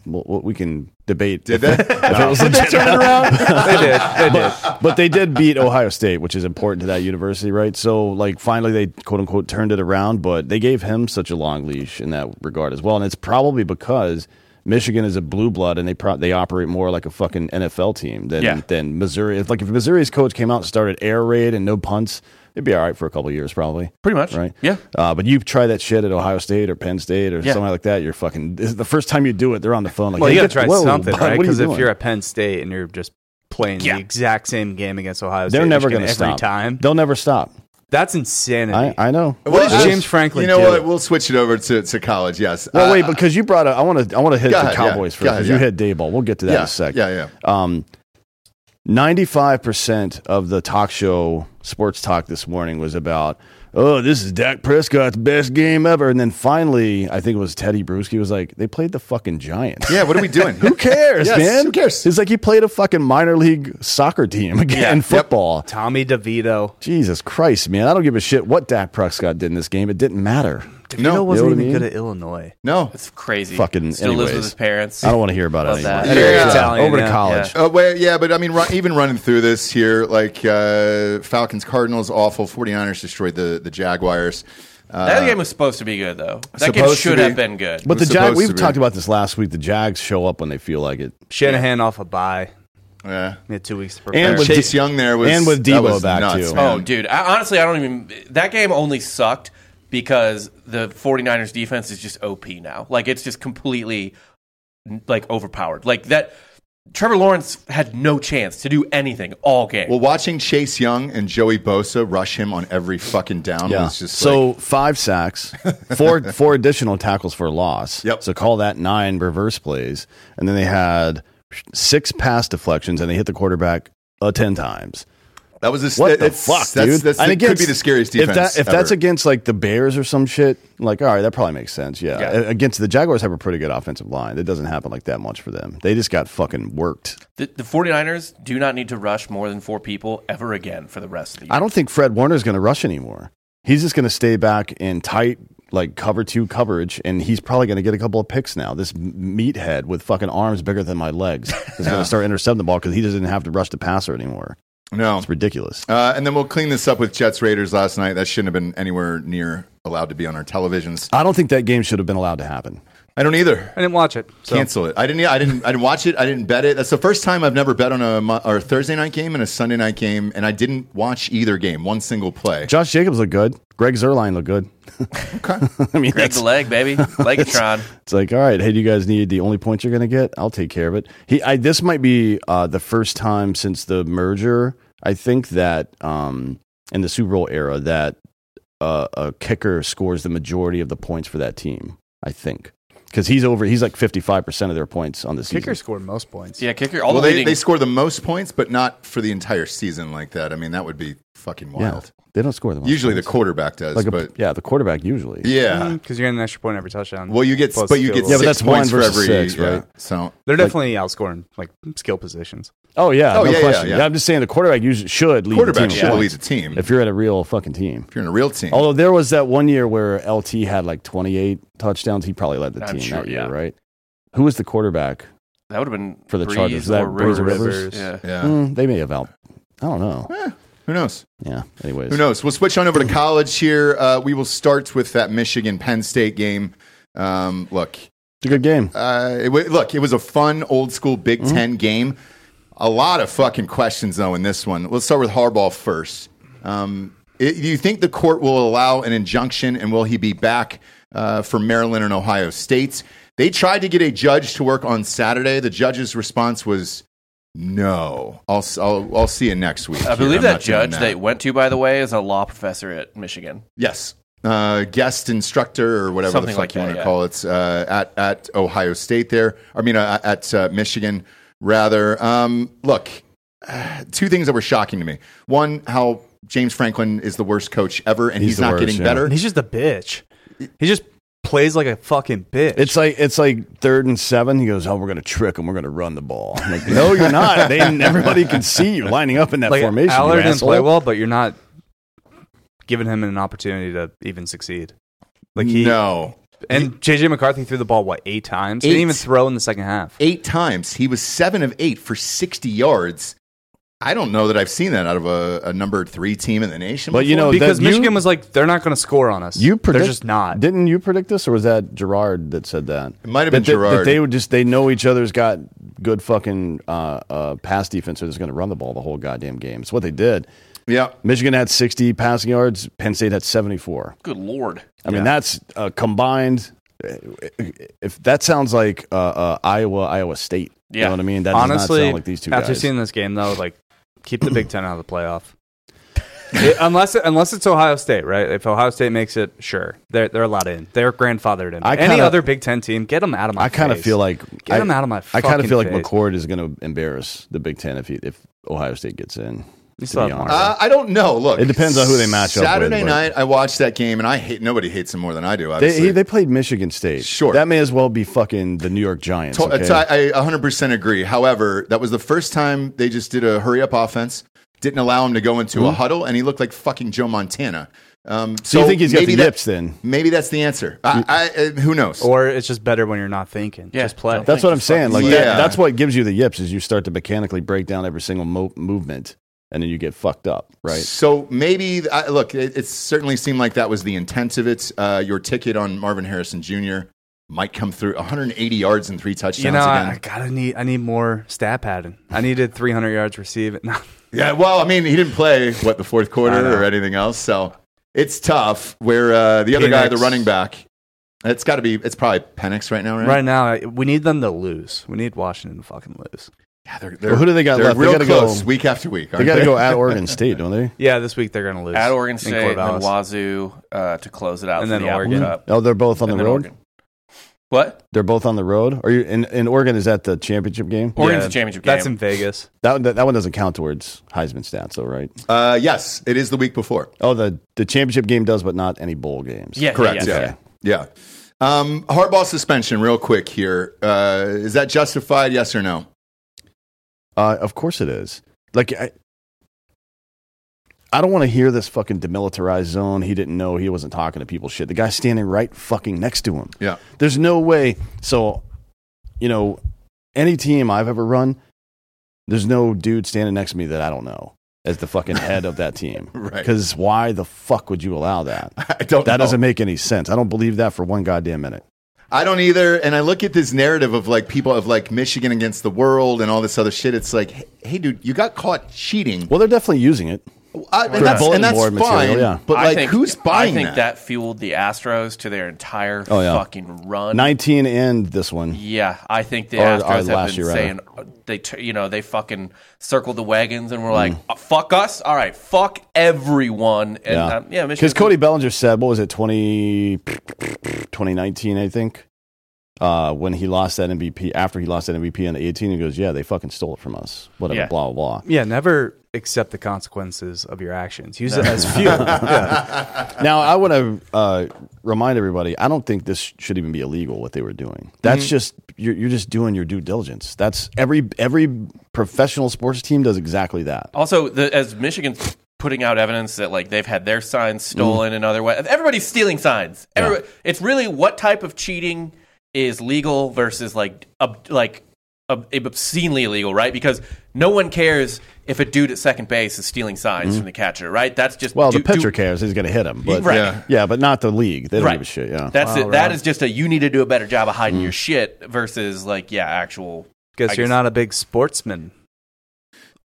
Well, well, we can debate.
Did
if-
they?
if it was legit or not.
they did. They did.
but they did beat Ohio State, which is important to that university, right? So, like, finally they quote unquote turned it around, but they gave him such a long leash in that regard as well. And it's probably because Michigan is a blue blood and they pro- they operate more like a fucking NFL team than
Yeah.
than Missouri. If, like, if Missouri's coach came out and started air raid and no punts, it'd be all right for a couple of years, probably.
Pretty much.
Right.
Yeah.
Uh, but you try that shit at Ohio State or Penn State or
Yeah.
something like that. You're fucking. This is the first time you do it. They're on the phone. Like,
well,
"Hey,
Oh, you got
get-
to try
whoa,
something,
bud,
right?
what are you
Because if
doing?"
you're at Penn State and you're just playing
Yeah.
the exact same game against Ohio State,
they're never
Michigan
going to stop.
every time.
They'll never stop.
That's insanity.
I, I know.
What does
I-
James Franklin
You know
do?
what? We'll switch it over to, to college. Yes.
Well,
Uh,
wait, because you brought up, I want to, I want to hit
Go
the
ahead, yeah.
Cowboys
Go
first
ahead,
because
yeah.
you hit Dayball. We'll get to that in
yeah,
a sec.
yeah, yeah.
Um, ninety-five percent of the talk show sports talk this morning was about, oh, this is Dak Prescott's best game ever, and then finally, I think it was Teddy Bruschi was like, they played the fucking Giants.
Yeah. What are we doing?
Who cares,
Yes,
man?
who cares?
It's like he played a fucking minor league soccer team
Yeah,
again,
yep.
football.
Tommy DeVito.
Jesus Christ, man! I don't give a shit what Dak Prescott did in this game. It didn't matter.
DeVito
No.
You know
wasn't
what I
even
mean?
good at Illinois.
no.
It's crazy.
Fucking
still lives with
anyways.
his parents.
I don't want to hear about it
Love
anymore.
that.
Anyway,
Yeah.
uh,
Italian,
over to
yeah.
college.
Uh, wait, yeah, but I mean, run, even running through this here, like uh, Falcons, Cardinals, awful. 49ers destroyed the, the Jaguars. Uh,
that game was supposed to be good though. That game
supposed to
should
be.
have been good.
But the
was
Jag,
supposed
we've
to be.
talked about this last week. The Jags show up when they feel like it,
Shanahan off a bye.
yeah.
He had two weeks to prepare.
And
And
with
Chase
D-
Young there was
and with
that
Debo
was
back,
nuts,
too.
man.
Oh, dude. I, honestly, I don't even. That game only sucked because the 49ers defense is just OP now. Like, it's just completely, like, overpowered. Like, that. Trevor Lawrence had no chance to do anything all game.
Well, watching Chase Young and Joey Bosa rush him on every fucking down was just
so
like,
five sacks, four four additional tackles for a loss.
Yep.
So call that nine reverse plays, and then they had six pass deflections, and they hit the quarterback uh, ten times.
that was a,
What the
it's-
fuck,
that's,
dude?
That's,
And
that could
against-
be the scariest
if that-
defense.
If, that's
ever.
against like the Bears or some shit, like all right, that probably makes sense. Yeah.
Yeah.
A- Against the Jaguars have a pretty good offensive line. It doesn't happen like that much for them. They just got fucking worked.
the, the 49ers do not need to rush more than four people ever again for the rest of the year.
I don't think Fred Warner's going to rush anymore. He's just going to stay back in tight, like cover two coverage, and he's probably going to get a couple of picks now. This m- meathead with fucking arms bigger than my legs is going to start intercepting the ball because he doesn't have to rush the passer anymore.
no.
It's ridiculous.
Uh, and then we'll clean this up with Jets Raiders last night. That shouldn't have been anywhere near allowed to be on our televisions.
I don't think that game should have been allowed to happen.
I don't either.
I didn't watch it. So.
Cancel it. I didn't. I didn't. I didn't watch it. I didn't bet it. That's the first time I've never bet on a mo- or a Thursday night game and a Sunday night game, and I didn't watch either game. One single play.
Josh Jacobs looked good. Greg Zerline looked good. I mean,
Greg
that's-
the leg, baby. Legatron.
It's like, all right, hey, do you guys need the only point you're going to get? I'll take care of it. He, I, this might be uh, the first time since the merger, I think, that um, in the Super Bowl era, that uh, a kicker scores the majority of the points for that team, I think. Because he's over, he's like 55% of their points on the season.
Kicker scored most points.
yeah, kicker. All
well,
the
they,
leading.
they score the most points, but not for the entire season like that. I mean, that would be fucking
Yeah.
wild.
They don't score the most
Usually, the
points.
quarterback does,
Like a- Mm.
but
yeah, the quarterback usually.
yeah.
Because Mm-hmm. you're getting an extra point every touchdown.
Well, you get,
Plus
but you
field
get
Yeah,
six
but that's
points
one
for
versus
every.
six,
yeah.
right?
So
They're
like-
definitely outscoring like skill positions.
Oh, yeah.
Oh,
no
yeah, yeah,
question.
yeah.
I'm just saying the quarterback usually should lead
quarterback
the team. in
should lead
points
the team. If
If you're at a real fucking team.
you're in a real team,
Although there was that one year where LT had like 28 touchdowns, he probably led the
I'm
team
sure,
that year,
yeah.
right? Who was the quarterback?
that would have been
For the
Breeze
Chargers, that
or
Breeze
Rivers.
or
Rivers?
Yeah.
yeah.
Hmm, they may have out. I don't know.
Eh, who knows?
Yeah. Anyways,
Who knows? We'll switch on over to college here. Uh, we will start with that Michigan Penn State game. Um, look,
it's a good game.
uh, it, wa- look, it was a fun old school Big
Mm-hmm.
Ten game. A lot of fucking questions though in this one. Let's start with Harbaugh first. Um, it- do you think the court will allow an injunction, and will he be back uh, for Maryland and Ohio State? They tried to get a judge to work on Saturday. The judge's response was no. I'll s- I'll, I'll see you next week.
I
here.
believe
I'm
that
not doing
judge
that."
they went to, by the way, is a law professor at Michigan.
Yes. Uh, guest instructor or whatever
Something
the fuck
like
you
that,
want to
yeah.
call it uh, at at Ohio State there. I mean uh, at uh, Michigan rather. Um, look, two things that were shocking to me. One, how James Franklin is the worst coach ever, and
He's
he's,
the
not
worst,
getting
yeah.
better.
And he's just a bitch. He just plays like a fucking bitch.
It's like it's like third and seven. He goes, "Oh, we're gonna trick him. We're gonna run the ball." I'm like, no, you're not. They everybody can see you lining up in that
like
formation. you
Allard didn't
asshole.
play well, but you're not given him an opportunity to even succeed. Like he
no.
and JJ McCarthy threw the ball what eight times. He Didn't
Eight.
even throw in the second half.
Eight times. He was seven of eight for 60 yards. I don't know that I've seen that out of a, a number three team in the nation.
But you
before.
know,
because
Oh, that you-
Michigan was like, they're not going to score on us.
You predict,
they're just not.
Didn't you predict this, or was that Gerard that said that?
It might have been
That they- That
Gerard.
they would just they know each other's got good fucking uh, uh, pass defense, or just going to run the ball the whole goddamn game. It's what they did.
yeah.
Michigan had 60 passing yards. Penn State had 74.
Good lord.
I mean, that's uh, combined. If that sounds like uh, uh, Iowa, Iowa State, you
Yeah.
know what I mean. That does not
Honestly,
sound like these two
after
guys.
seeing this game, though, like keep the Big Ten out of the playoff. It- unless it, unless it's Ohio State, right? If Ohio State makes it, sure, they're they're allowed in. They're grandfathered in.
I
Any
kinda-
other Big Ten team, get them out of my.
I kind of
face.
feel like
Get
I,
him out of my
I kind
fucking
of feel like
face.
McCord is going to embarrass the Big Ten if he, if Ohio State gets in.
You
to
still
be
have
honest.
Marvin.
Uh, I don't know. Look,
It depends on who they match up with,
Saturday
but-
night, I watched that game, and I hate nobody hates him more than I do.
They,
Obviously,
he, they played Michigan State.
Sure.
That may as well be fucking the New York Giants.
To- uh,
okay?
to- I, I 100% agree. However, that was the first time they just did a hurry up offense, didn't allow him to go into a huddle, and he looked like fucking Joe Montana. Um,
Mm-hmm. so, you think he's got
maybe
the
that-
yips Oh, then?
Maybe that's the answer. I, I, uh, who knows?
or it's just better when you're not thinking.
Yeah.
just play.
Don't
That's
think
what I'm
he's
saying. Like
fucking-
that,
Yeah.
that's what gives you the yips is you start to mechanically break down every single mo- movement, and then you get fucked up, right?
So maybe I, look, it, it certainly seemed like that was the intent of it. Uh, your ticket on Marvin Harrison Jr. might come through 180 yards and three touchdowns
You know, I, I
again.
gotta need I need more stat padding. I needed 300 yards receiving. No,
Yeah, well, I mean, he didn't play what the fourth
I
quarter
know.
or anything else, so it's tough. Where uh, the other guy, the
Penix.
running back, it's got to be. It's probably Penix right now, right?
Right now, I- we need them to lose. We need Washington to fucking lose.
Yeah, they're, they're,
Well, who do they got
they're
left? They
Real
gotta go-
close, week after week.
They
aren't
got to go at Oregon State, don't they?
Yeah, this week they're gonna lose
At Oregon
in
State and then
Corvallis.
Wazoo uh, to close it out.
And
for
then
the Apple
Oregon.
Cup.
Oh, they're both on
And
the
then
road.
Oregon. What?
They're both on the road. Are you in, in Oregon? Is that the championship game?
Oregon's a championship game.
That's in Vegas.
That, one- that that one doesn't count towards Heisman stats, though, right?
Uh, yes, it is the week before.
Oh, the the championship game does, but not any bowl games.
yeah,
Correct.
Yeah,
Yeah.
yeah.
Yeah. Um, Harbaugh suspension, real quick here. Uh, is that justified? Yes or no?
Uh, of course it is. Like I, I don't want to hear this fucking demilitarized zone. He didn't know he wasn't talking to people. Shit, the guy's standing right fucking next to him.
Yeah.
There's no way. So, you know, any team I've ever run, there's no dude standing next to me that I don't know as the fucking head of that team.
Right.
Because why the fuck would you allow that?
I don't.
That
know.
doesn't make any sense. I don't believe that for one goddamn minute.
I don't either. And I look at this narrative of like people of like Michigan against the world and all this other shit. It's like, hey, dude, you got caught cheating.
Well, they're definitely using it.
Uh, and, that's,
Bulletin
and that's
board
fine.
material, yeah.
But
I
like,
think-
who's buying
I think
that?
that? fueled the Astros to their entire
Oh, yeah.
fucking run.
19 and this one.
Yeah, I think the
Or- or
Astros have
last
been
year, rather.
saying uh, they, tur- you know, they fucking circled the wagons and were like, "Uh, "Fuck us, all right, fuck everyone." And
Yeah.
um, yeah,
Because
Michigan's-
Cody Bellinger said, what was it, 20, 2019, I think, uh, when he lost that MVP, after he lost that MVP on the 18, he goes, yeah, they fucking stole it from us. Whatever,
Yeah.
blah, blah, blah.
Yeah, never accept the consequences of your actions. Use it as fuel.
Now, I want to uh, remind everybody, I don't think this should even be illegal, what they were doing. That's
Mm-hmm.
just, you're, you're just doing your due diligence. That's every, every professional sports team does exactly that.
Also, the, as Michigan's putting out evidence that like they've had their signs
Mm-hmm.
stolen in other ways. Everybody's stealing signs. Everybody, It's really what type of cheating is legal versus like ob- like ob- obscenely illegal, right? Because no one cares if a dude at second base is stealing signs from the catcher, right? That's just
Mm-hmm. Well,
do-
the pitcher
do-
cares. He's going to hit him. But,
Right.
Yeah.
Yeah, but not the league. They don't
Right.
give a shit. Yeah.
That's
Wow,
it. That
Rob.
is just a you need to do a better job of
Mm-hmm.
hiding your shit versus like yeah, actual
Guess
I
you're
guess-
not a big sportsman.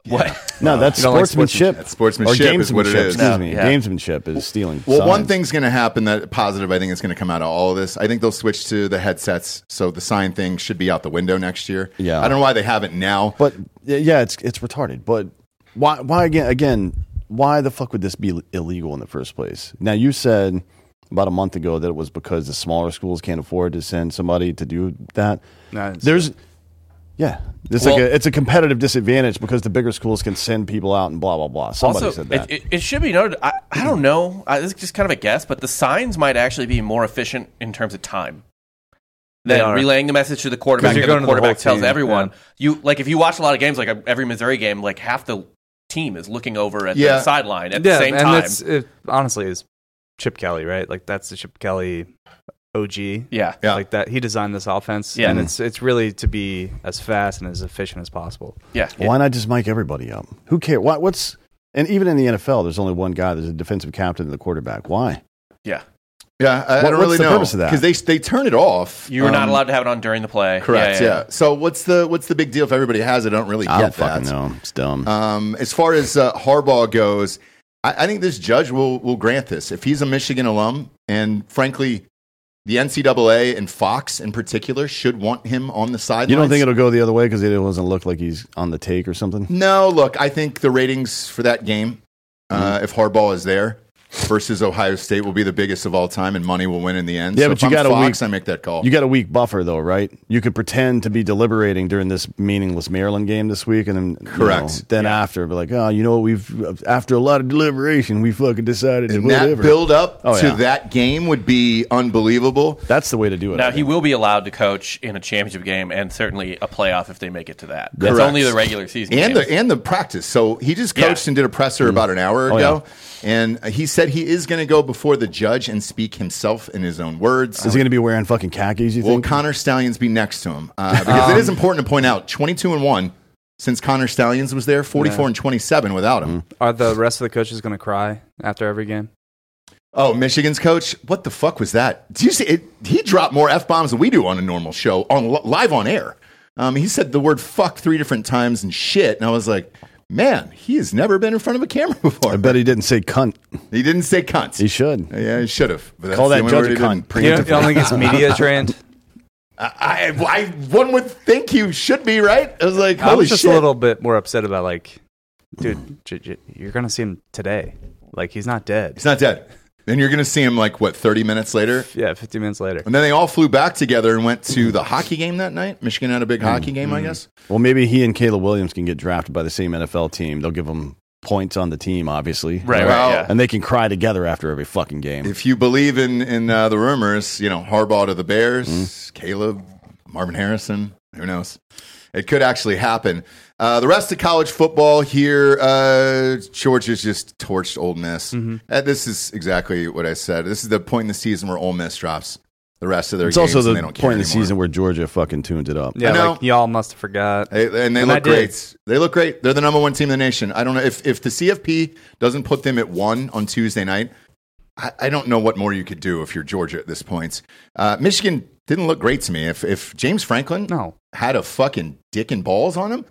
what?
no, that's
You don't like
sportsmanship.
That's sportsmanship is what it is.
Excuse
No,
me,
yeah.
gamesmanship is stealing.
Well, one
signs.
thing's going to happen that positive, I think, is going to come out of all of this. I think they'll switch to the headsets, so the sign thing should be out the window next year.
Yeah.
I don't know why they haven't now.
but y- yeah, it's it's retarded. But why why again again why the fuck would this be illegal in the first place? Now you said about a month ago that it was because the smaller schools can't afford to send somebody to do that.
No, I didn't see
There's yeah, it's like
Well-
a, it's a competitive disadvantage because the bigger schools can send people out and blah blah blah. Somebody
also,
said that.
It, it, it should be noted. I, I don't know. I, this is just kind of a guess, but the signs might actually be more efficient in terms of time
They
than
are.
relaying the message to the quarterback.
you're
And the
going to the whole
quarterback tells
team,
everyone.
yeah.
You like if you watch a lot of games, like every Missouri game, like half the team is looking over at
Yeah.
the sideline at the same
and
time.
That's, it honestly is Chip Kelly, right? Like that's the Chip Kelly OG.
Yeah.
Yeah.
Like that he designed this offense.
Yeah.
And it's it's really to be as fast and as efficient as possible.
Yeah.
Why not just mic everybody up? Who cares? Why, what's and even in the NFL, there's only one guy. There's a defensive captain and the quarterback. Why?
Yeah.
Yeah, I, I
What-
don't
what's
really
the
know
purpose of that?
because they they turn it off.
You were not
Um,
allowed to have it on during the play.
Correct. Yeah, So what's the what's the big deal if everybody has it? I don't really
I don't
get
fucking
that.
know. It's dumb.
Um, as far as uh, Harbaugh goes, I, I think this judge will will grant this if he's a Michigan alum, and frankly, the NCAA and Fox in particular should want him on the sidelines.
you don't think it'll go the other way because it doesn't look like he's on the take or something?
No, look, I think the ratings for that game,
Mm-hmm.
uh, if Harbaugh is there versus Ohio State, will be the biggest of all time, and money will win in the end.
Yeah,
So
but
if
you
I'm
got a
Fox,
week-
I make that call.
You got a weak buffer though, right? You could pretend to be deliberating during this meaningless Maryland game this week, and then you
Correct.
know, then after, be like, oh, you know, what? we've after a lot of deliberation, we fucking decided to
and that
whatever.
build up
Oh,
to
yeah.
that game would be unbelievable.
That's the way to do it. I
Now
think.
he will be allowed to coach in a championship game and certainly a playoff if they make it to that. That's
Correct.
only the regular season.
and
games.
the and the practice. So he just coached
Yeah.
and did a presser about an hour
Oh,
ago, and he said he is going to go before the judge and speak himself in his own words.
Is he going to be wearing fucking khakis? You
Will
think?
Connor Stallions be next to him? Uh, because
Um.
it is important to point out, twenty-two and one since Connor Stallions was there, forty-four and twenty-seven without him.
Mm-hmm.
Are the rest of the coaches gonna cry after every game?
Oh, Michigan's coach, what the fuck was that? Do you see it? He dropped more f bombs than we do on a normal show on li- live on air. Um, he said the word fuck three different times and shit, and I was like. Man, he has never been in front of a camera before.
I bet he didn't say cunt.
He didn't say cunt.
He should.
Yeah, he should have. But that's
Call
the
that
only
judge
word
a
he
cunt.
didn't.
You don't, you don't think it's media trained?
I, I, I, one would think you should be right. I was like, holy
I was just
shit.
a little bit more upset about like, dude, j- j- you're gonna see him today. Like he's not dead.
He's not dead. Then you're gonna see him like what, thirty minutes later,
Yeah, 15 minutes later.
and then they all flew back together and went to the hockey game that night. Michigan had a big hockey game, I guess.
Well, maybe he and Caleb Williams can get drafted by the same NFL team. They'll give him points on the team, obviously.
right, right,
Well,
yeah.
And they can cry together after every fucking game.
If you believe in in uh, the rumors, you know Harbaugh to the Bears,
Mm-hmm.
Caleb, Marvin Harrison. Who knows? It could actually happen. Uh, the rest of college football here, uh, Georgia's just torched Ole Miss.
Mm-hmm.
Uh, this is exactly what I said. This is the point in the season where Ole Miss drops the rest of their
It's
games.
also
and
the
they
point
don't
in the
care anymore.
season where Georgia fucking tuned it up.
Yeah,
I know.
like y'all must have forgot.
They- and they
And I
look
did.
great. They look great. They're the number one team in the nation. I don't know if, if the CFP doesn't put them at one on Tuesday night. I, I don't know what more you could do if you're Georgia at this point. Uh, Michigan didn't look great to me. If if James Franklin
No.
had a fucking dick and balls on him,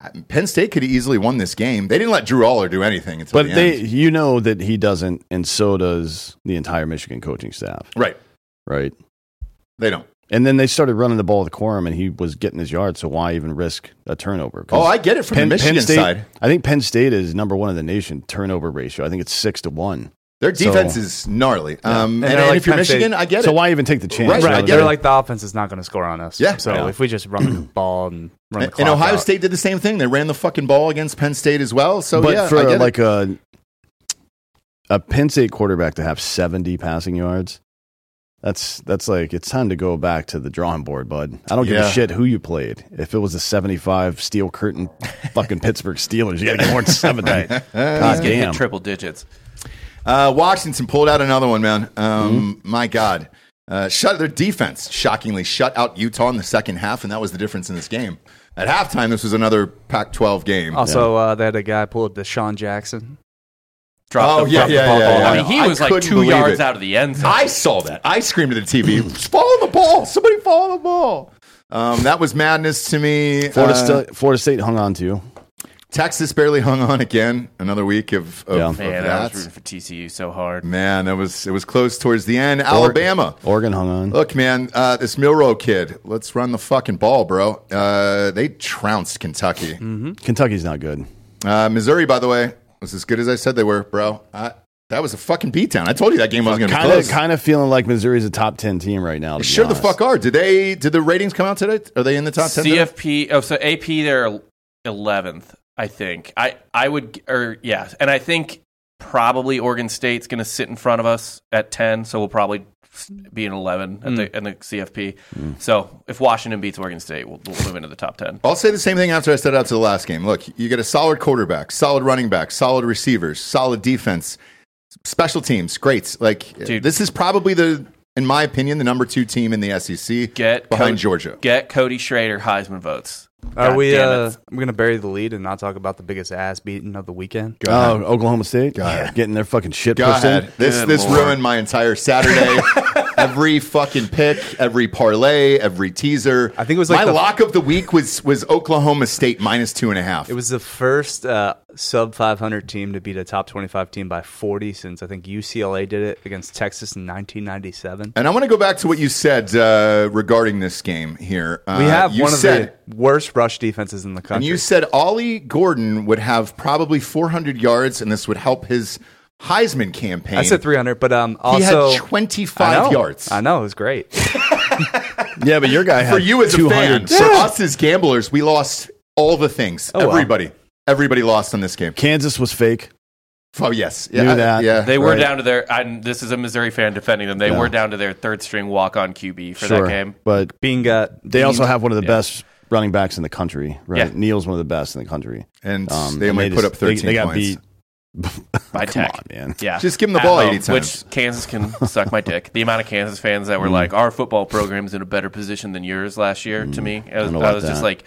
I- Penn State could have easily won this game. They didn't let Drew Aller do anything until
But
the
they,
end.
you know that he doesn't, and so does the entire Michigan coaching staff,
right.
right?
They don't.
And then they started running the ball with Quorum, and he was getting his yard. So why even risk a turnover? 'Cause
Oh, I get it from the Michigan
State,
side.
I think Penn State is number one in the nation turnover ratio. I think it's six to one.
Their
So-
defense is gnarly. Um,
And
and
they're
and
like
if you're
Penn State-
Michigan, I get
So
it.
why even take the chance?
Right,
Right,
I get
rather
they're
it.
than-
like the offense is not going to score on us.
Yeah.
So
Yeah.
if we just run the ball and run the
And,
clock
and Ohio
out-
State did the same thing. They ran the fucking ball against Penn State as well. So
but
yeah,
for
I get it.
like a a Penn State quarterback to have 70 passing yards, that's that's like it's time to go back to the drawing board, bud. I don't give
Yeah.
a shit who you played. If it was a 75 steel curtain fucking Pittsburgh Steelers, you got to get more than 70. God
He's getting
damn.
hit triple digits.
Uh, Washington pulled out another one, man. Um,
Mm-hmm.
My God. Uh, shut their defense shockingly shut out Utah in the second half, and that was the difference in this game. At halftime, this was another Pac-12 game.
Oh.
Also, uh, they had a guy pulled Deshaun Jackson.
Dropped
Oh,
the,
yeah,
dropped the
yeah,
ball.
yeah,
I
yeah.
mean, he
I
was like
couldn't
two
believe
yards
it.
out of the end zone.
I saw that. I screamed at the TV, "Follow the ball! Somebody follow the ball!" Um, that was madness to me.
Florida,
Uh,
Sta- Florida State hung on to you.
Texas barely hung on again. Another week of, of,
Yeah.
of
Man, I was
that.
rooting for TCU so hard.
Man, that was it was close towards the end. Alabama.
Oregon hung on.
Look, man, uh, this Milrow kid. Let's run the fucking ball, bro. Uh, they trounced Kentucky.
Mm.
Kentucky's not good.
Uh, Missouri, by the way, was as good as I said they were, bro. I, that was a fucking beatdown. I told you that game wasn't going to be
Kind of,
close.
kind of feeling like Missouri's a top ten team right now. to be
sure, the
honest.
fuck are. Did they? Did the ratings come out today? Are they in the top ten? today?
CFP. Oh, so AP they're eleventh, I think. I I would or yeah, and I think Probably Oregon State's going to sit in front of us at 10, so we'll probably be an 11 at
Hmm.
the, in the CFP. So if Washington beats Oregon State, we'll, we'll move into the top 10.
I'll say the same thing after I said it out to the last game. Look, you get a solid quarterback, solid running back, solid receivers, solid defense, special teams, great. Like
Dude.
this is probably the, in my opinion, the number two team in the SEC
Get
behind
Cody-
Georgia.
Get Cody Schrader Heisman votes.
Are
God
we?
damn it.
Uh, I'm gonna bury the lead and not talk about the biggest ass beating of the weekend.
Go
Oh,
ahead.
Oklahoma State
Go ahead.
getting their fucking shit
Go
pushed
ahead.
in.
This
Good
this
Lord.
ruined my entire Saturday. every fucking pick, every parlay, every teaser.
I think it was like
my
the-
lock of the week was was Oklahoma State minus two and a half.
It was the first uh, sub 500 team to beat a top 25 team by 40 since I think UCLA did it against Texas in 1997.
and I want to go back to what you said uh, regarding this game here. Uh,
We have
you
one of
said,
the worst rush defenses in the
And
country.
you said Ollie Gordon would have probably 400 yards, and this would help his Heisman campaign.
I said 300, but um,
He
also
had
I
25
know.
yards.
I know it was great.
Yeah, but your guy
For
had
you as a
200.
fan, for us as gamblers, we lost all the things.
well.
Everybody. Everybody lost on this game.
Kansas was fake.
Oh, yes.
Knew
I-
that.
Yeah,
They were
right.
down to their. And this is a Missouri fan defending them. They
Yeah.
were down to their third string walk on QB for
sure,
that game.
but
Being got
they also have one of the
Yeah.
best running backs in the country. Right,
Yeah.
Neal's one of the best in the country.
And
Um,
they
and
only put
just-
up 13
They, they got
points.
beat
By
Come
Tech.
on, man.
Yeah.
Just give 'em the
At
ball 80 times. Mm.
Which Kansas can suck my dick. The amount of Kansas fans that were like, our football program's in a better position than yours last year
Mm.
to me. I was,
know
I
about
was just
that.
like,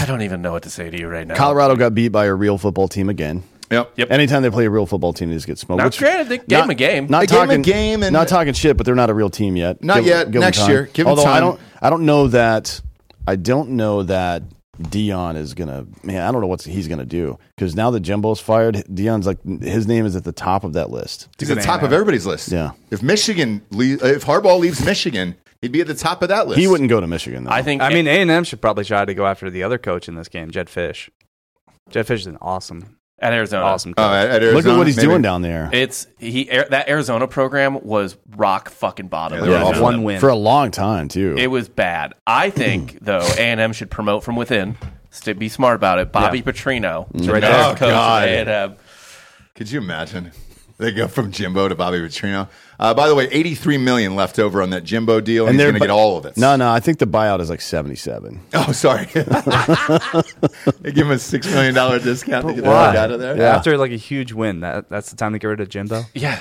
I don't even know what to say to you right now.
Colorado got beat by a real football team again.
Yep.
Yep.
Anytime they play a real football team, they just get smoked.
Now,
which-
granted, they gave 'em a game.
Not
They gave 'em a
talking
game and-
not talking shit, but they're not a real team yet.
Not yet.
'em
Next
time.
year. Give 'em
Although I
time.
don't, I don't know that. I don't know that Dion is gonna. Man, I don't know what he's gonna do because now that Jimbo's fired, Dion's like his name is at the top of that list.
He's at the top of everybody's list.
Yeah.
If Michigan, le- if Harbaugh leaves Michigan, he'd be at the top of that list.
He wouldn't go to Michigan. Though.
I think.
I mean, A and M should probably try to go after the other coach in this game, Jed Fish. Jed Fish is an awesome,
at Arizona.
awesome coach.
Oh, at, at
Look at
Arizona,
what he's
maybe.
doing down there
It's he Air- that Arizona program was rock fucking bottom.
Yeah, they were
It was
awful.
One win.
for a long time too.
It was bad. I think though A and M should promote from within. St- Be smart about it. Bobby Petrino, to
Right
head
there.
Oh,
coach
God.
of A&M.
Could you imagine? They go from Jimbo to Bobby Petrino. Uh, by the way, 83 million left over on that Jimbo deal, and, he's
they're
going to
bu-
get all of it.
No, no. I think the buyout is like seventy-seven.
Oh, sorry. they give him a six million dollar discount to get the
Why?
fuck out of there.
Yeah.
After like a huge win, that that's the time to get rid of Jimbo.
Yeah.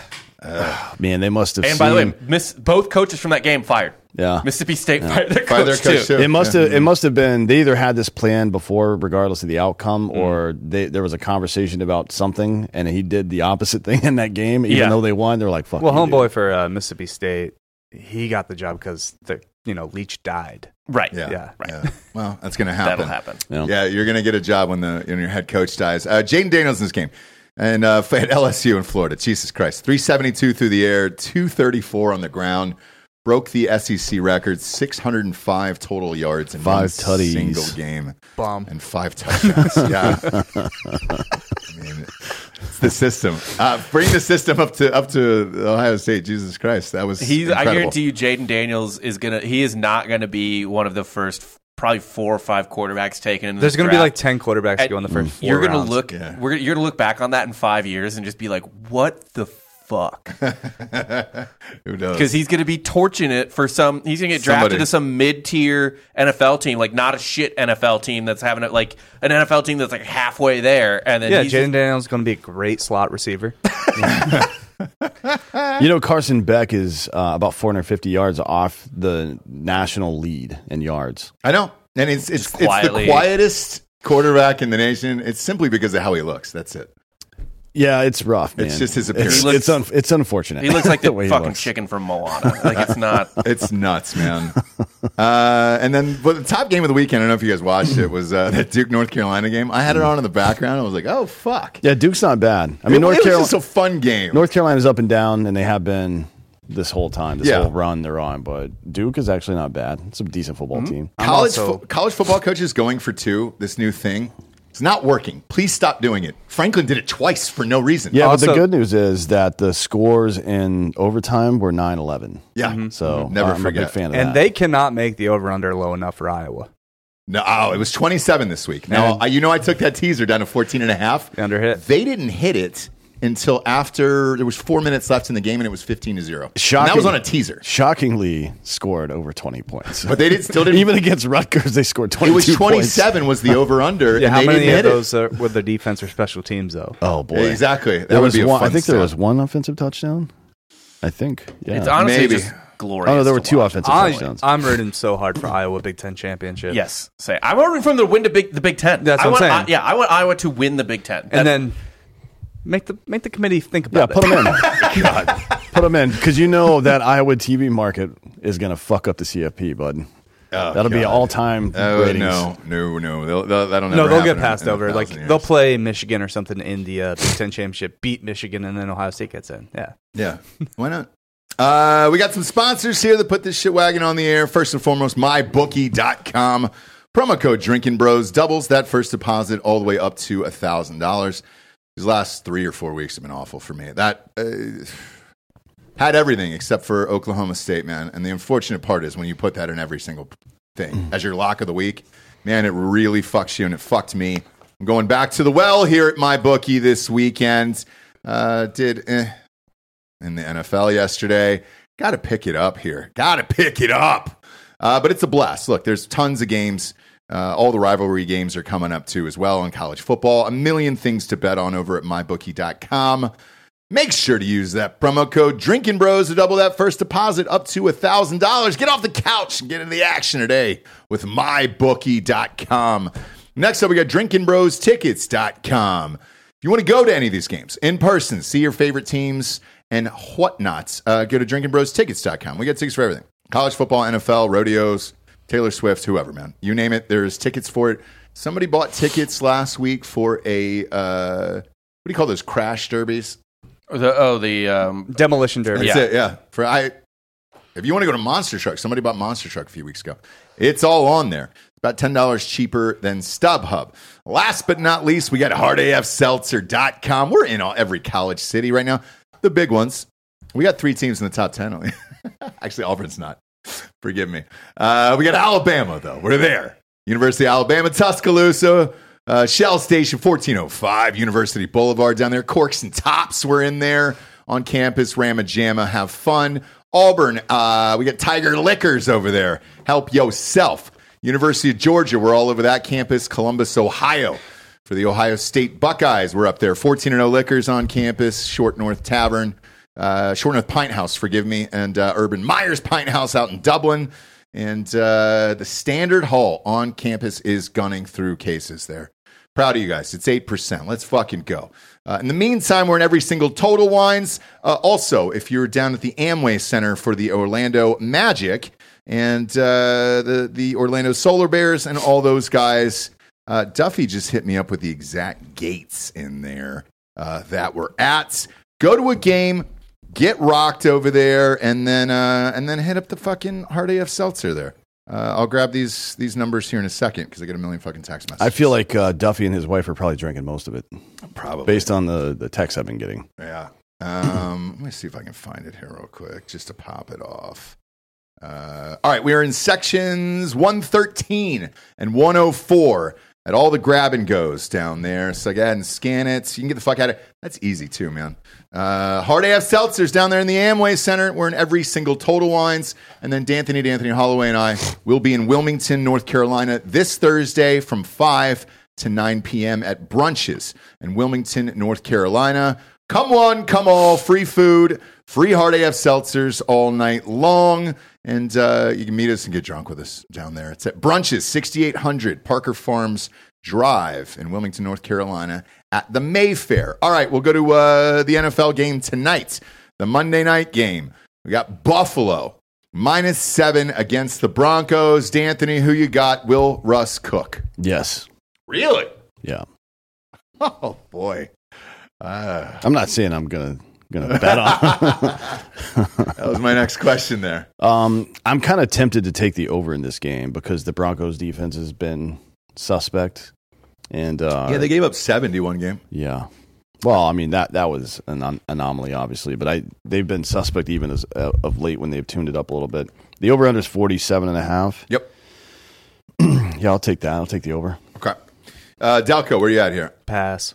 Man, they must have.
And by the way,
seen-
miss, both coaches from that game fired.
Yeah.
Mississippi State fired their coach,
By their coach
too.
too.
It must have. It must have been. They either had this plan before, regardless of the
Mm.
outcome, or they, there was a conversation about something, and he did the opposite thing in that game. Even
Yeah.
though they won, they're like, "Fuck."
Well,
you, dude."
homeboy for uh, Mississippi State, he got the job because the you know Leach died.
Right.
Yeah.
Yeah.
Right. Well, that's going to happen.
That'll happen.
Yeah.
Yeah, you're going to get a job when the when your head coach dies. Uh, Jaden Daniels in this game. And uh, f- at LSU in Florida, Jesus Christ, 372 through the air, 234 on the ground, broke the SEC record, 605 total yards in one
Five tutties.
single game,
Bomb.
and five touchdowns. yeah, I mean, it's the system. Uh, bring the system up to up to Ohio State. Jesus Christ, that was
He's, I
incredible.
guarantee you, Jaden Daniels is gonna. He is not gonna be one of the first, probably four or five quarterbacks taken. In
There's
going
going to be like ten quarterbacks
At-
go in the first. 4
You're gonna
rounds.
look.
Yeah.
We're, gonna- you're gonna look back on that in five years and just be like, "What the fuck?"
Who knows?
Because he's gonna be torching it for some. He's gonna get drafted
Somebody.
to some mid-tier NFL team, like not a shit NFL team that's having it, like an NFL team that's like halfway there, and then
Yeah,
he's
Jaden Daniels is going to be a great slot receiver.
you know, Carson Beck is uh, about 450 yards off the national lead in yards.
I know, and it's it's, it's the
quietly-
quietest quarterback in the nation. It's simply because of how he looks. That's it.
Yeah, it's rough, man.
It's just his
It's
appearance.
it's,
He looks-
un- it's unfortunate.
He looks like the,
way he
fucking
looks.
chicken from Moana. Like it's not.
It's nuts, man. uh, and then, but the top game of the weekend. I don't know if you guys watched it. Was uh, that Duke North Carolina game? I had it on in the background. I was like, oh fuck.
Yeah, Duke's not bad. I
I mean,
mean,
it, North
North
it
Carolina.
was just a fun game.
North Carolina's up and down, and they have been this whole time, this
Yeah.
whole run they're on. But Duke is actually not bad. It's a decent football
Mm-hmm.
team.
college
also-
fo- college football coaches going for two. This new thing. It's not working. Please stop doing it. Franklin did it twice for no reason.
Yeah, but the
Also-
good news is that the scores in overtime were 9 11.
Yeah. Mm-hmm.
So
Never
I'm a
forget.
big fan of
and
that.
they cannot make the over under low enough for Iowa.
No, oh, it was 27 this week. Now,
And-
I, you know, I took that teaser down to 14 and a half.
Under hit.
They didn't hit it until after there was four minutes left in the game and it was 15 to 0
Shocking.
And that was on a teaser
Shockingly, scored over twenty points.
but they did still didn't
even against Rutgers, they scored
it
twenty.
was 27 was the over under
Yeah,
and
how
they
many
didn't
of
hit
those uh, were the defense or special teams though?
Oh
it
boy,
exactly that
There
would
was
be a
one. I
fun
think there
stat.
was one offensive touchdown. I think. Yeah.
It's honestly
Maybe.
just glorious.
oh no, there were
to
two
watch.
offensive
I,
touchdowns.
I'm rooting so hard for Iowa Big Ten championship.
Yes, say I'm rooting from the win to big the Big Ten.
That's
I
what
want,
I'm
I-
saying.
yeah, I want Iowa to win the Big Ten,
and
That-
then make the make the committee think
yeah,
about
put
it.
them in. God. Put them in because you know that Iowa TV market is going to fuck up the CFP, bud. That'll be
Oh, God.
all time
Oh,
ratings.
no, no, no. They'll, they'll, that'll
No,
never
they'll get
happen in-
passed
in a
over. Like
thousand years.
they'll play Michigan or something in the uh, Big Ten championship, beat Michigan, and then Ohio State gets in. Yeah,
Yeah. Why not? Uh, we got some sponsors here that put this shit wagon on the air. First and foremost, mybookie.com. Promo code Drinking Bros doubles that first deposit all the way up to $1,000. These last three or four weeks have been awful for me. That uh, had everything except for Oklahoma State, man. And the unfortunate part is when you put that in every single thing as your lock of the week, man, it really fucks you and it fucked me. I'm going back to the well here at my bookie this weekend. Uh, did. Eh in the NFL yesterday. Got to pick it up here. Got to pick it up. Uh, but it's a blast. Look, there's tons of games. Uh, all the rivalry games are coming up too, as well, on college football. A million things to bet on over at mybookie.com. Make sure to use that promo code Drinking Bros to double that first deposit up to $1,000. Get off the couch and get into the action today with mybookie.com. Next up, we got drinkingbrostickets.com. If you want to go to any of these games in person, see your favorite teams and whatnot, uh, go to drinkingbrostickets.com. We got tickets for everything college football, NFL, rodeos, Taylor Swift, whoever, man. You name it, there's tickets for it. Somebody bought tickets last week for a, uh, what do you call those crash derbies?
Or the- oh the um,
demolition derby.
That's
Yeah.
it. Yeah. For I, if you want to go to Monster Truck, somebody bought Monster Truck a few weeks ago. It's all on there. About ten dollars cheaper than StubHub. Last but not least, we got hardafseltzer.com. We're in all, every college city right now. The big ones. We got three teams in the top ten. Only. Actually, Auburn's not. Forgive me. Uh, we got Alabama though. We're there. University of Alabama, Tuscaloosa, uh, Shell Station, 1405 University Boulevard down there. Corks and Tops were in there on campus. Rama Jamma, have fun. Auburn, uh, we got Tiger Liquors over there. Help yourself. University of Georgia, we're all over that campus. Columbus, Ohio, for the Ohio State Buckeyes, we're up there. 14 and 0 Liquors on campus. Short North Tavern, uh, Short North Pint House, forgive me, and uh, Urban Myers Pint House out in Dublin. And uh, the Standard Hall on campus is gunning through cases there. Proud of you guys. It's 8%. Let's fucking go. Uh, in the meantime, we're in every single Total Wines. Uh, also, if you're down at the Amway Center for the Orlando Magic and uh, the, the Orlando Solar Bears and all those guys, uh, Duffy just hit me up with the exact gates in there uh, that we're at. Go to a game, get rocked over there, and then uh, and then hit up the fucking Hard AF Seltzer there. Uh, I'll grab these these numbers here in a second because I get a million fucking text messages.
I feel like uh, Duffy and his wife are probably drinking most of it,
probably
based on the the texts I've been getting.
Yeah. Um, let me see if I can find it here real quick, just to pop it off. Uh, all right, we are in sections 113 and 104 at all the grab and goes down there. So go ahead and scan it. You can get the fuck out of That's easy too, man. Uh, Hard AF Seltzers down there in the Amway Center. We're in every single Total Wines. And then D'Anthony, D'Anthony Holloway, and I will be in Wilmington, North Carolina this Thursday from 5 to 9 p.m. at Brunches in Wilmington, North Carolina. Come one, come all, free food, free hard AF seltzers all night long. And uh, you can meet us and get drunk with us down there. It's at Brunches, 6800 Parker Farms Drive in Wilmington, North Carolina, at the Mayfair. All right, we'll go to uh, the NFL game tonight, the Monday night game. We got Buffalo, minus seven against the Broncos. D'Anthony, who you got? Will Russ Cook.
Yes.
Really?
Yeah.
Oh, boy. Uh,
I'm not saying I'm gonna gonna bet on.
that was my next question there.
um, I'm kind of tempted to take the over in this game because the Broncos defense has been suspect, and uh,
Yeah, they gave up 71 game.
yeah. Well, I mean that that was an an- anomaly, obviously, but I they've been suspect even as uh, of late when they've tuned it up a little bit. The over under is 47 and a half.
Yep.
Yeah, I'll take that. I'll take the over.
Okay. Uh, Delco, where you at here?
Pass.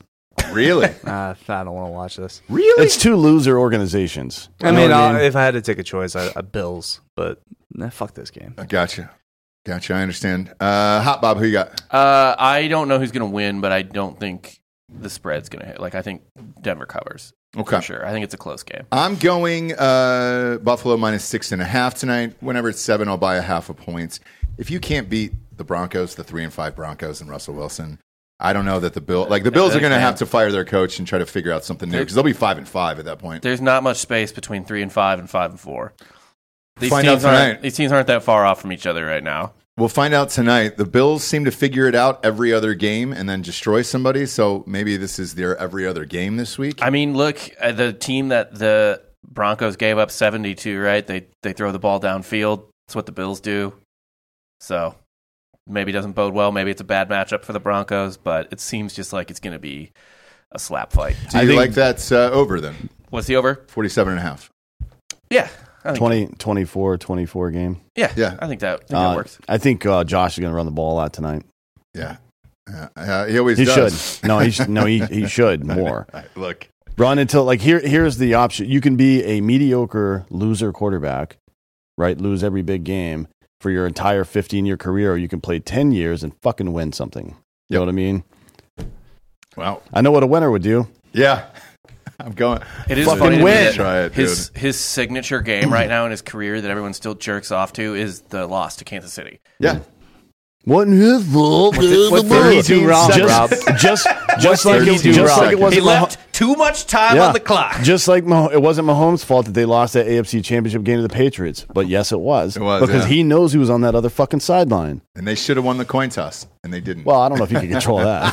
Really?
Uh, I don't want to watch this.
Really? Oh,
It's two loser organizations. You
I
know
mean,
uh,
what
I if I had to take a choice, I, I Bills, but nah, fuck this game.
Uh, gotcha. Gotcha. I understand. Uh, Hot Bob, who you got?
Uh, I don't know who's going to win, but I don't think the spread's going to hit. Like, I think Denver covers
Okay.
for sure. I think it's a close game.
I'm going uh, Buffalo minus six and a half tonight. Whenever it's seven, I'll buy a half a point. If you can't beat the Broncos, the three and five Broncos and Russell Wilson, I don't know that the Bill like the Bills are going to have to fire their coach and try to figure out something new because they'll be five and five at that point.
There's not much space between three and five and five and four. These
Find
teams
out tonight.
aren't. These teams aren't that far off from each other right now.
We'll find out tonight. The Bills seem to figure it out every other game and then destroy somebody. So maybe this is their every other game this week.
I mean, look, uh, the team that the Broncos gave up 72, right? They they throw the ball downfield. That's what the Bills do. So maybe it doesn't bode well. Maybe it's a bad matchup for the Broncos, but it seems just like it's going to be a slap fight.
Do you like that's uh, over then?
What's the over?
47 and a half.
Yeah. I
I mean?
think,
20, 24, 24 game.
Yeah.
Yeah.
I think that, I think
Uh,
that works.
I think uh, Josh is going to run the ball a lot tonight.
Yeah. Uh, uh, he always
He
does.
should. No, he sh- no, he, he should more.
Look.
Run until like here. Here's the option: you can be a mediocre loser quarterback, right? Lose every big game for your entire 15 year career, or you can play 10 years and fucking win something. You know what I mean?
Wow.
I know what a winner would do.
Yeah. I'm going.
It is
Fucking
funny to me
win.
that
Try it,
his his signature game right now in his career that everyone still jerks off to is the loss to Kansas City.
Yeah.
What in his
Oh,
fault?
what did he do wrong, Rob?
Just, just, just
What
like
did
it,
he do
just
wrong?
like it
He
wasn't. Mah-
left too much time
Yeah.
on the clock.
Just like Mah- it wasn't Mahomes' fault that they lost that AFC Championship game to the Patriots, but yes, it was.
It was,
because
yeah.
he knows he was on that other fucking sideline.
And they should have won the coin toss, and they didn't.
Well, I don't know if you can control that.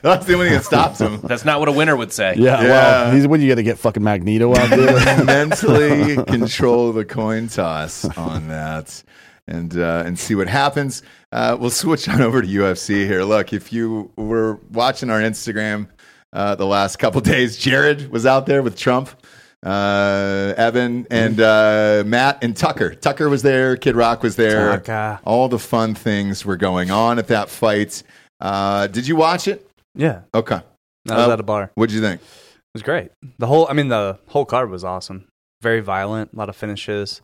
that's the only thing that stops them.
That's not what a winner would say.
yeah, well,
Yeah.
he's, what you got to get fucking Magneto out there.
Mentally control the coin toss on that, and uh, and see what happens. Uh, we'll switch on over to UFC here. Look, if you were watching our Instagram uh, the last couple days, Jared was out there with Trump. Uh, Evan and uh,
Mm-hmm.
Matt and Tucker. Tucker was there. Kid Rock was there.
Tucker.
All the fun things were going on at that fight. Uh, did you watch it?
Yeah,
Okay.
I was
Uh,
at a bar. It
What'd you think?
was great. The whole, I mean, the whole card was awesome. Very violent, a lot of finishes.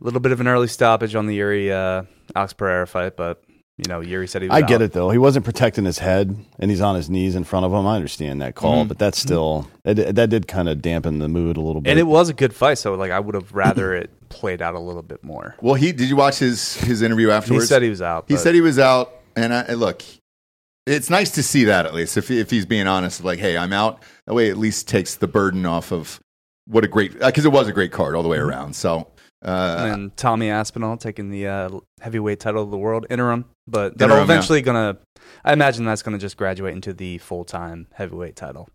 A little bit of an early stoppage on the Yuri uh, Alex Pereira fight, but you know, Yuri said he. Was
I get
out.
it though. He wasn't protecting his head, and he's on his knees in front of him. I understand that call, but that's still that, that did kind of dampen the mood a little bit.
and it was a good fight. So, like, I would have rather it played out a little bit more.
Well, he did you watch his his interview
He
afterwards?
said he was out.
He
but-
said he was out, and I, and look, it's nice to see that at least. If if he's being honest, like, hey, I'm out. That way, it at least takes the burden off of what a great because it was a great card all the
Mm-hmm.
way around. So. Uh,
and Tommy Aspinall taking the uh, heavyweight title of the world interim, but that'll
Interim, yeah.
eventually gonna. I imagine that's gonna just graduate into the full time heavyweight title.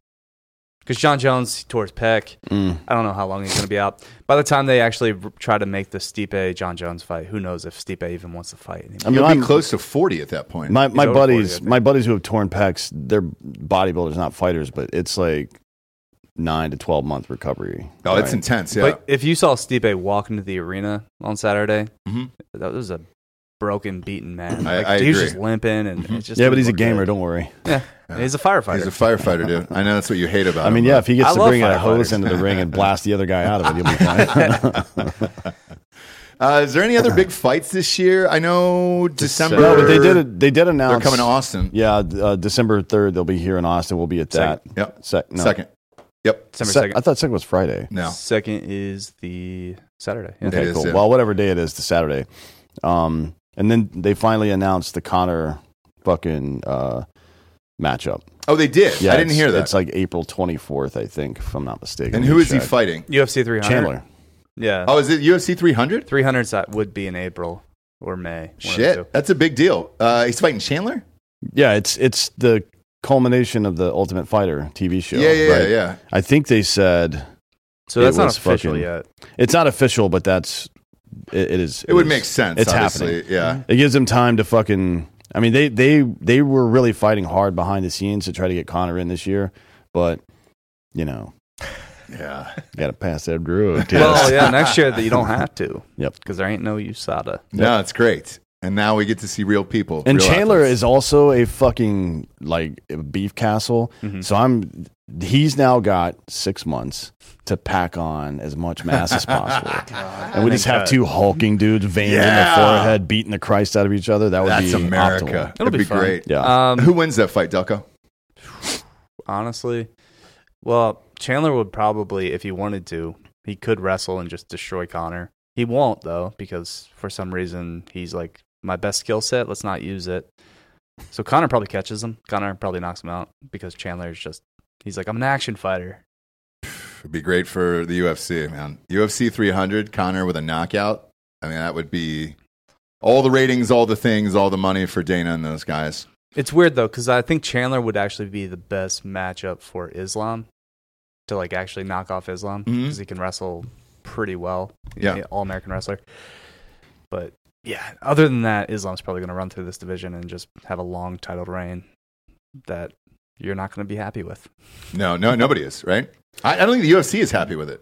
Because John Jones he tore his pec.
Mm.
I don't know how long he's gonna be out. By the time they actually r- try to make the Stipe John Jones fight, who knows if Stipe even wants to fight anymore?
I mean,
you'll
I'm-
be close to forty at that point.
My my
over forty, I
buddies,
think.
my buddies who have torn pecs, they're bodybuilders, not fighters, but it's like nine to twelve month recovery.
oh, it's
Right.
intense. Yeah,
But if you saw Stipe walk into the arena on Saturday,
Mhm.
that was a broken, beaten man.
I-
Like,
I
he was
agree.
just limping, and it just
yeah, but
didn't
he's a
look good.
gamer. Don't worry.
Yeah. he's a firefighter.
he's a firefighter, dude. I know that's what you hate about.
I
him,
mean, yeah,
but-
if he gets
I
to
love
bring a hose
firefighters.
into the ring and blast the other guy out of it, he'll be fine.
Uh, is there any other big fights this year? I know December.
no, but they did. it They did announce
They're coming to Austin.
Yeah, d- uh, December third, they'll be here in Austin. We'll be at that.
Second. Yep.
Sec- no.
Second. Yep.
December
Sec-
2nd.
I thought second was Friday.
No.
Second is the Saturday. Yeah.
Okay,
is,
cool.
yeah.
Well, whatever day it is, the Saturday. Um, and then they finally announced the Connor fucking uh, matchup.
Oh, they did. I didn't
it's-
hear that.
It's like April 24th, I think, if I'm not mistaken.
and
Let
who
me
is he
check.
fighting?
UFC 300.
Chandler.
Yeah.
Oh, is it UFC 300?
300 's that would be in April or May. one of the two.
Shit, that's a big deal. Uh, he's fighting Chandler.
Yeah, it's it's the culmination of the Ultimate Fighter TV show.
yeah, yeah,
right?
yeah, yeah.
I think they said
So
It
that's not
was
official
fucking-
yet.
it's not official, but that's it, it is.
It would
is-
make sense.
It's
obviously.
happening. Mm-hmm.
Yeah.
It gives them time to fucking. I mean, they they they were really fighting hard behind the scenes to try to get Connor in this year, but you know,
Yeah.
got to pass that drug test.
Well, yeah, next year that you don't have to.
Yep.
Because there ain't no USADA.
No, it's great. and now we get to see real people.
And
real
Chandler
athletes.
is also a fucking like beef castle.
Mm-hmm.
So I'm he's now got six months to pack on as much mass as possible. and we just have two hulking dudes veined
Yeah.
in the forehead, beating the Christ out of each other. That would
That's
be
America.
optimal.
It'll
That'd
be
be,
fun.
great.
Yeah.
Um,
Who wins that fight, Delco?
honestly. Well, Chandler would probably, if he wanted to, he could wrestle and just destroy Connor. He won't though, because for some reason he's like my best skill set. Let's not use it. So Connor probably catches him. Connor probably knocks him out because Chandler's just he's like I'm an action fighter.
It'd be great for the UFC, man. UFC 300, Connor with a knockout. I mean, that would be all the ratings, all the things, all the money for Dana and those guys.
It's weird though because I think Chandler would actually be the best matchup for Islam to like actually knock off Islam because
Mhm.
he can wrestle pretty well.
Yeah.
all American wrestler. But yeah, other than that, Islam's probably going to run through this division and just have a long title reign that you're not going to be happy with.
No, no, nobody is, right? I, I don't think the UFC is happy with it.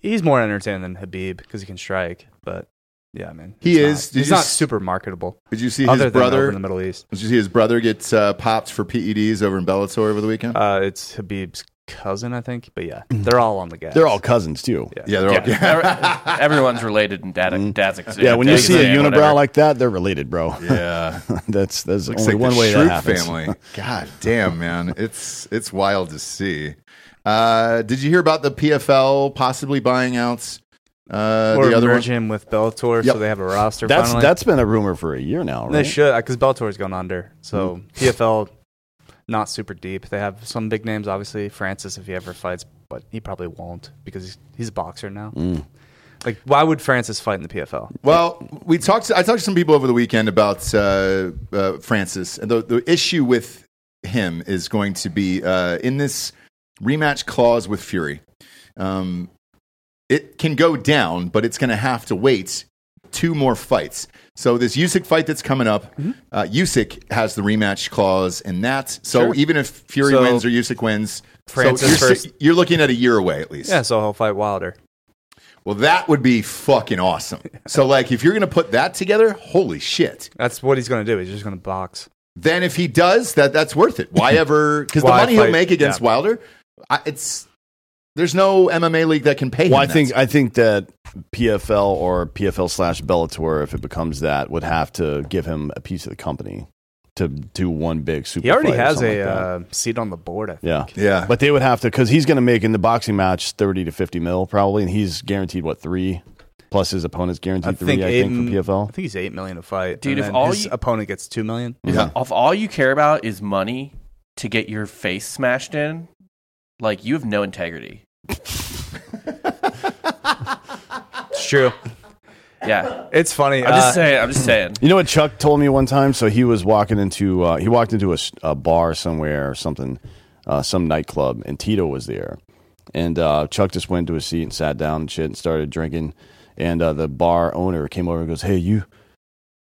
He's more entertaining than Habib because he can strike, but yeah, I mean,
He
he's
is-
not-
did
he's
you
not
s-
super marketable.
Did you see
other
his
than over
brother?
in the Middle East,
Did you see his brother get uh, popped for PEDs over in Bellator over the weekend?
uh, it's Habib's cousin, I think. But yeah,
Mm-hmm.
they're all on the gas.
They're all cousins too. Yeah.
yeah, they're all.
Yeah. Every- Everyone's related in dad, dad's
Mm. when you
dad's
see a
name,
unibrow
whatever.
like that, they're related, bro.
yeah.
that's that's
Looks
only
like
one
the
way that
Shroop
happens.
family. God damn, man, it's it's wild to see. Uh, did you hear about the PFL possibly buying out uh,
or
the other one?
merge him with Bellator
Yep.
so they have a roster.
That's
finally.
that's been a rumor for a year now, right? Mm-hmm.
they should because Bellator's gone under. So PFL not super deep. They have some big names, obviously Francis if he ever fights, but he probably won't because he's he's a boxer now.
Mm.
Like why would Francis fight in the PFL?
Well, we talked. I talked to some people over the weekend about uh, uh, Francis, and the, the issue with him is going to be uh, in this rematch clause with Fury. Um, it can go down, but it's going to have to wait two more fights. So this Usyk fight that's coming up,
Mm-hmm.
uh, Usyk has the rematch clause in that. So
Sure.
even if Fury
So-
wins or Usyk wins, so
Francis
you're,
first.
you're looking at a year away at least.
Yeah, so he'll fight Wilder.
Well, that would be fucking awesome. So, like, if you're going to put that together, holy shit.
That's what he's going to do. He's just going to box.
Then if he does, that that's worth it. Why ever? Because the
Why
money he'll
fight?
make against
Yeah.
Wilder, I, it's there's no MMA league that can pay.
Well, I
him that.
think I think that PFL or PFL slash Bellator, if it becomes that, would have to give him a piece of the company to do one big super.
He already
fight or
has
something
a
like that.
uh, seat on the board. I think.
yeah,
yeah,
but they would have to because he's going to make in the boxing match thirty to fifty mil probably, and he's guaranteed what three plus his opponent's guaranteed
I
three.
think,
I
eight,
think for
I
PFL.
think he's eight million a fight.
Dude,
and
if
then
all
his
you-
opponent gets two million,
Yeah.
if all you care about is money to get your face smashed in, like you have no integrity.
it's true.
Yeah,
It's funny.
I'm just
uh,
saying. I'm just saying.
You know what Chuck told me one time? So he was walking into uh, he walked into a, s- a bar somewhere or something, uh, some nightclub, and Tito was there, and uh, Chuck just went to his seat and sat down and shit and started drinking, and uh, the bar owner came over and goes, "Hey, you."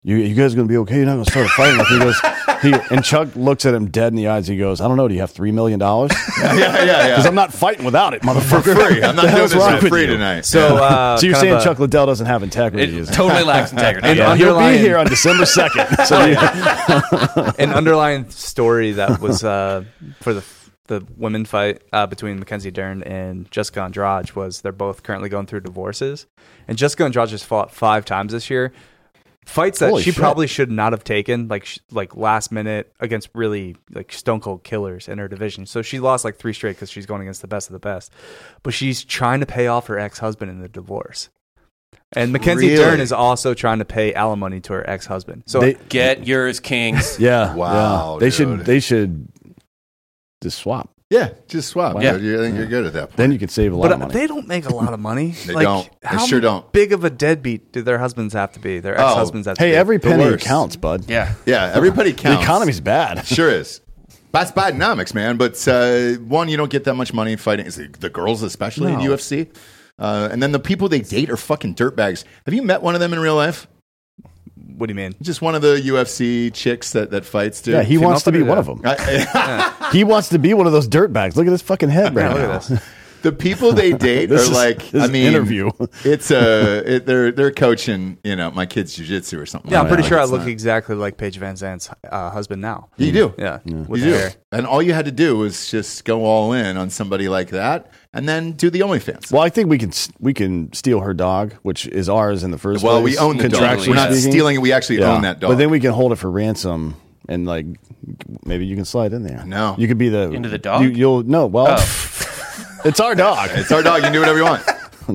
You, you guys gonna be okay? You're not gonna start a fight. And he goes, he, and Chuck looks at him dead in the eyes. He goes, "I don't know. Do you have three million dollars? Because
yeah, yeah, yeah.
I'm not fighting without it,
for
motherfucker.
free. I'm not
The
doing
hell's
this
wrong
for
with
free
you?
tonight.
so, uh,
So you're
kind
saying
of a-
Chuck Liddell doesn't have integrity?
It
is it?
totally lacks integrity.
Yeah.
He'll be
underlying-
here on December second. So
an underlying story that was uh, for the the women fight uh, between Mackenzie Dern and Jessica Andrade was they're both currently going through divorces, and Jessica Andrade has fought five times this year, fights that
Holy
she
shit.
probably should not have taken, like sh- like last minute against really like stone cold killers in her division. So she lost like three straight because she's going against the best of the best, but she's trying to pay off her ex husband in the divorce. And Mackenzie
Really?
Dern is also trying to pay alimony to her ex husband. So
They-
Get yours, kings.
Yeah.
Wow,
yeah. They
dude.
should they should just swap.
yeah, just swap.
Yeah.
dude. You- I think you're good at that. Point.
Then you could save a lot
But
of money.
they don't make a lot of money.
They don't. They sure don't. Oh,
Big of a deadbeat do their husbands have to be? Their ex husbands have to be.
hey, every
the
penny
worst.
counts, bud.
Yeah.
Yeah, everybody
The
counts.
economy's bad.
Sure is. That's Bidenomics, man. But uh, one, you don't get that much money fighting is it the girls, especially in
No.
UFC. Uh, and then the people they date are fucking dirtbags. Have you met one of them in real life?
What do you mean?
Just one of the UFC chicks that, that fights, dude.
Yeah, he wants to be
fighter,
one
yeah.
of them.
I-
He wants to be one of those dirtbags. Look at his fucking head right
Yeah,
now.
look at this.
the people they date
This
are
is-
like,
this
I
is
mean,
interview.
It's a it, they're they're coaching you know my kids jujitsu or something.
Yeah, I'm
like
pretty
that.
sure I
It's
look
not-
exactly like Paige Van Zandt's uh, husband now.
You do,
Yeah,
you
with the
do.
hair.
And all you had to do was just go all in on somebody like that, and then do the OnlyFans.
Well, I think we can s- we can steal her dog, which is ours in the first
Well,
place.
we own the dog.
contractually
We're not
speaking.
stealing it. We actually own that dog.
But then we can hold it for ransom, and like maybe you can slide in there.
No.
you could be the
Into the dog?
You, you'll no. Well, it's our dog.
it's our dog. You can do whatever you want.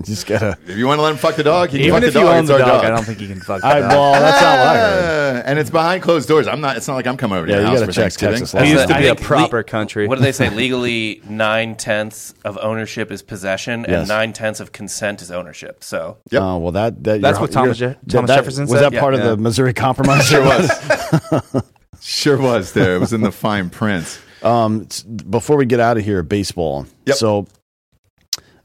Just gotta.
If you want to let him fuck the dog, he can
Even
fuck
if
the
you
dog.
own
it's
the
our
dog,
dog.
I don't think you can fuck.
I,
the dog.
well, that's not what I heard.
Uh, and it's behind closed doors. I'm not. It's not like I'm coming over to
Yeah,
your
you
house
gotta
for
check
Thanksgiving.
Texas law.
That
It
used
Uh,
to
I
be a
think
proper
le-
country.
What do they say? Legally, nine tenths of ownership is possession, and
Yes.
nine tenths of consent is ownership. So
Yep.
Oh well, that, that
That's
you're-
what Thomas
you're-
Je- Thomas
that-
Jefferson
was
said?
that part
Yeah.
of the Missouri Compromise? sure was.
Sure was there. It was in the fine print.
Um, s- before we get out of here, baseball.
Yep.
So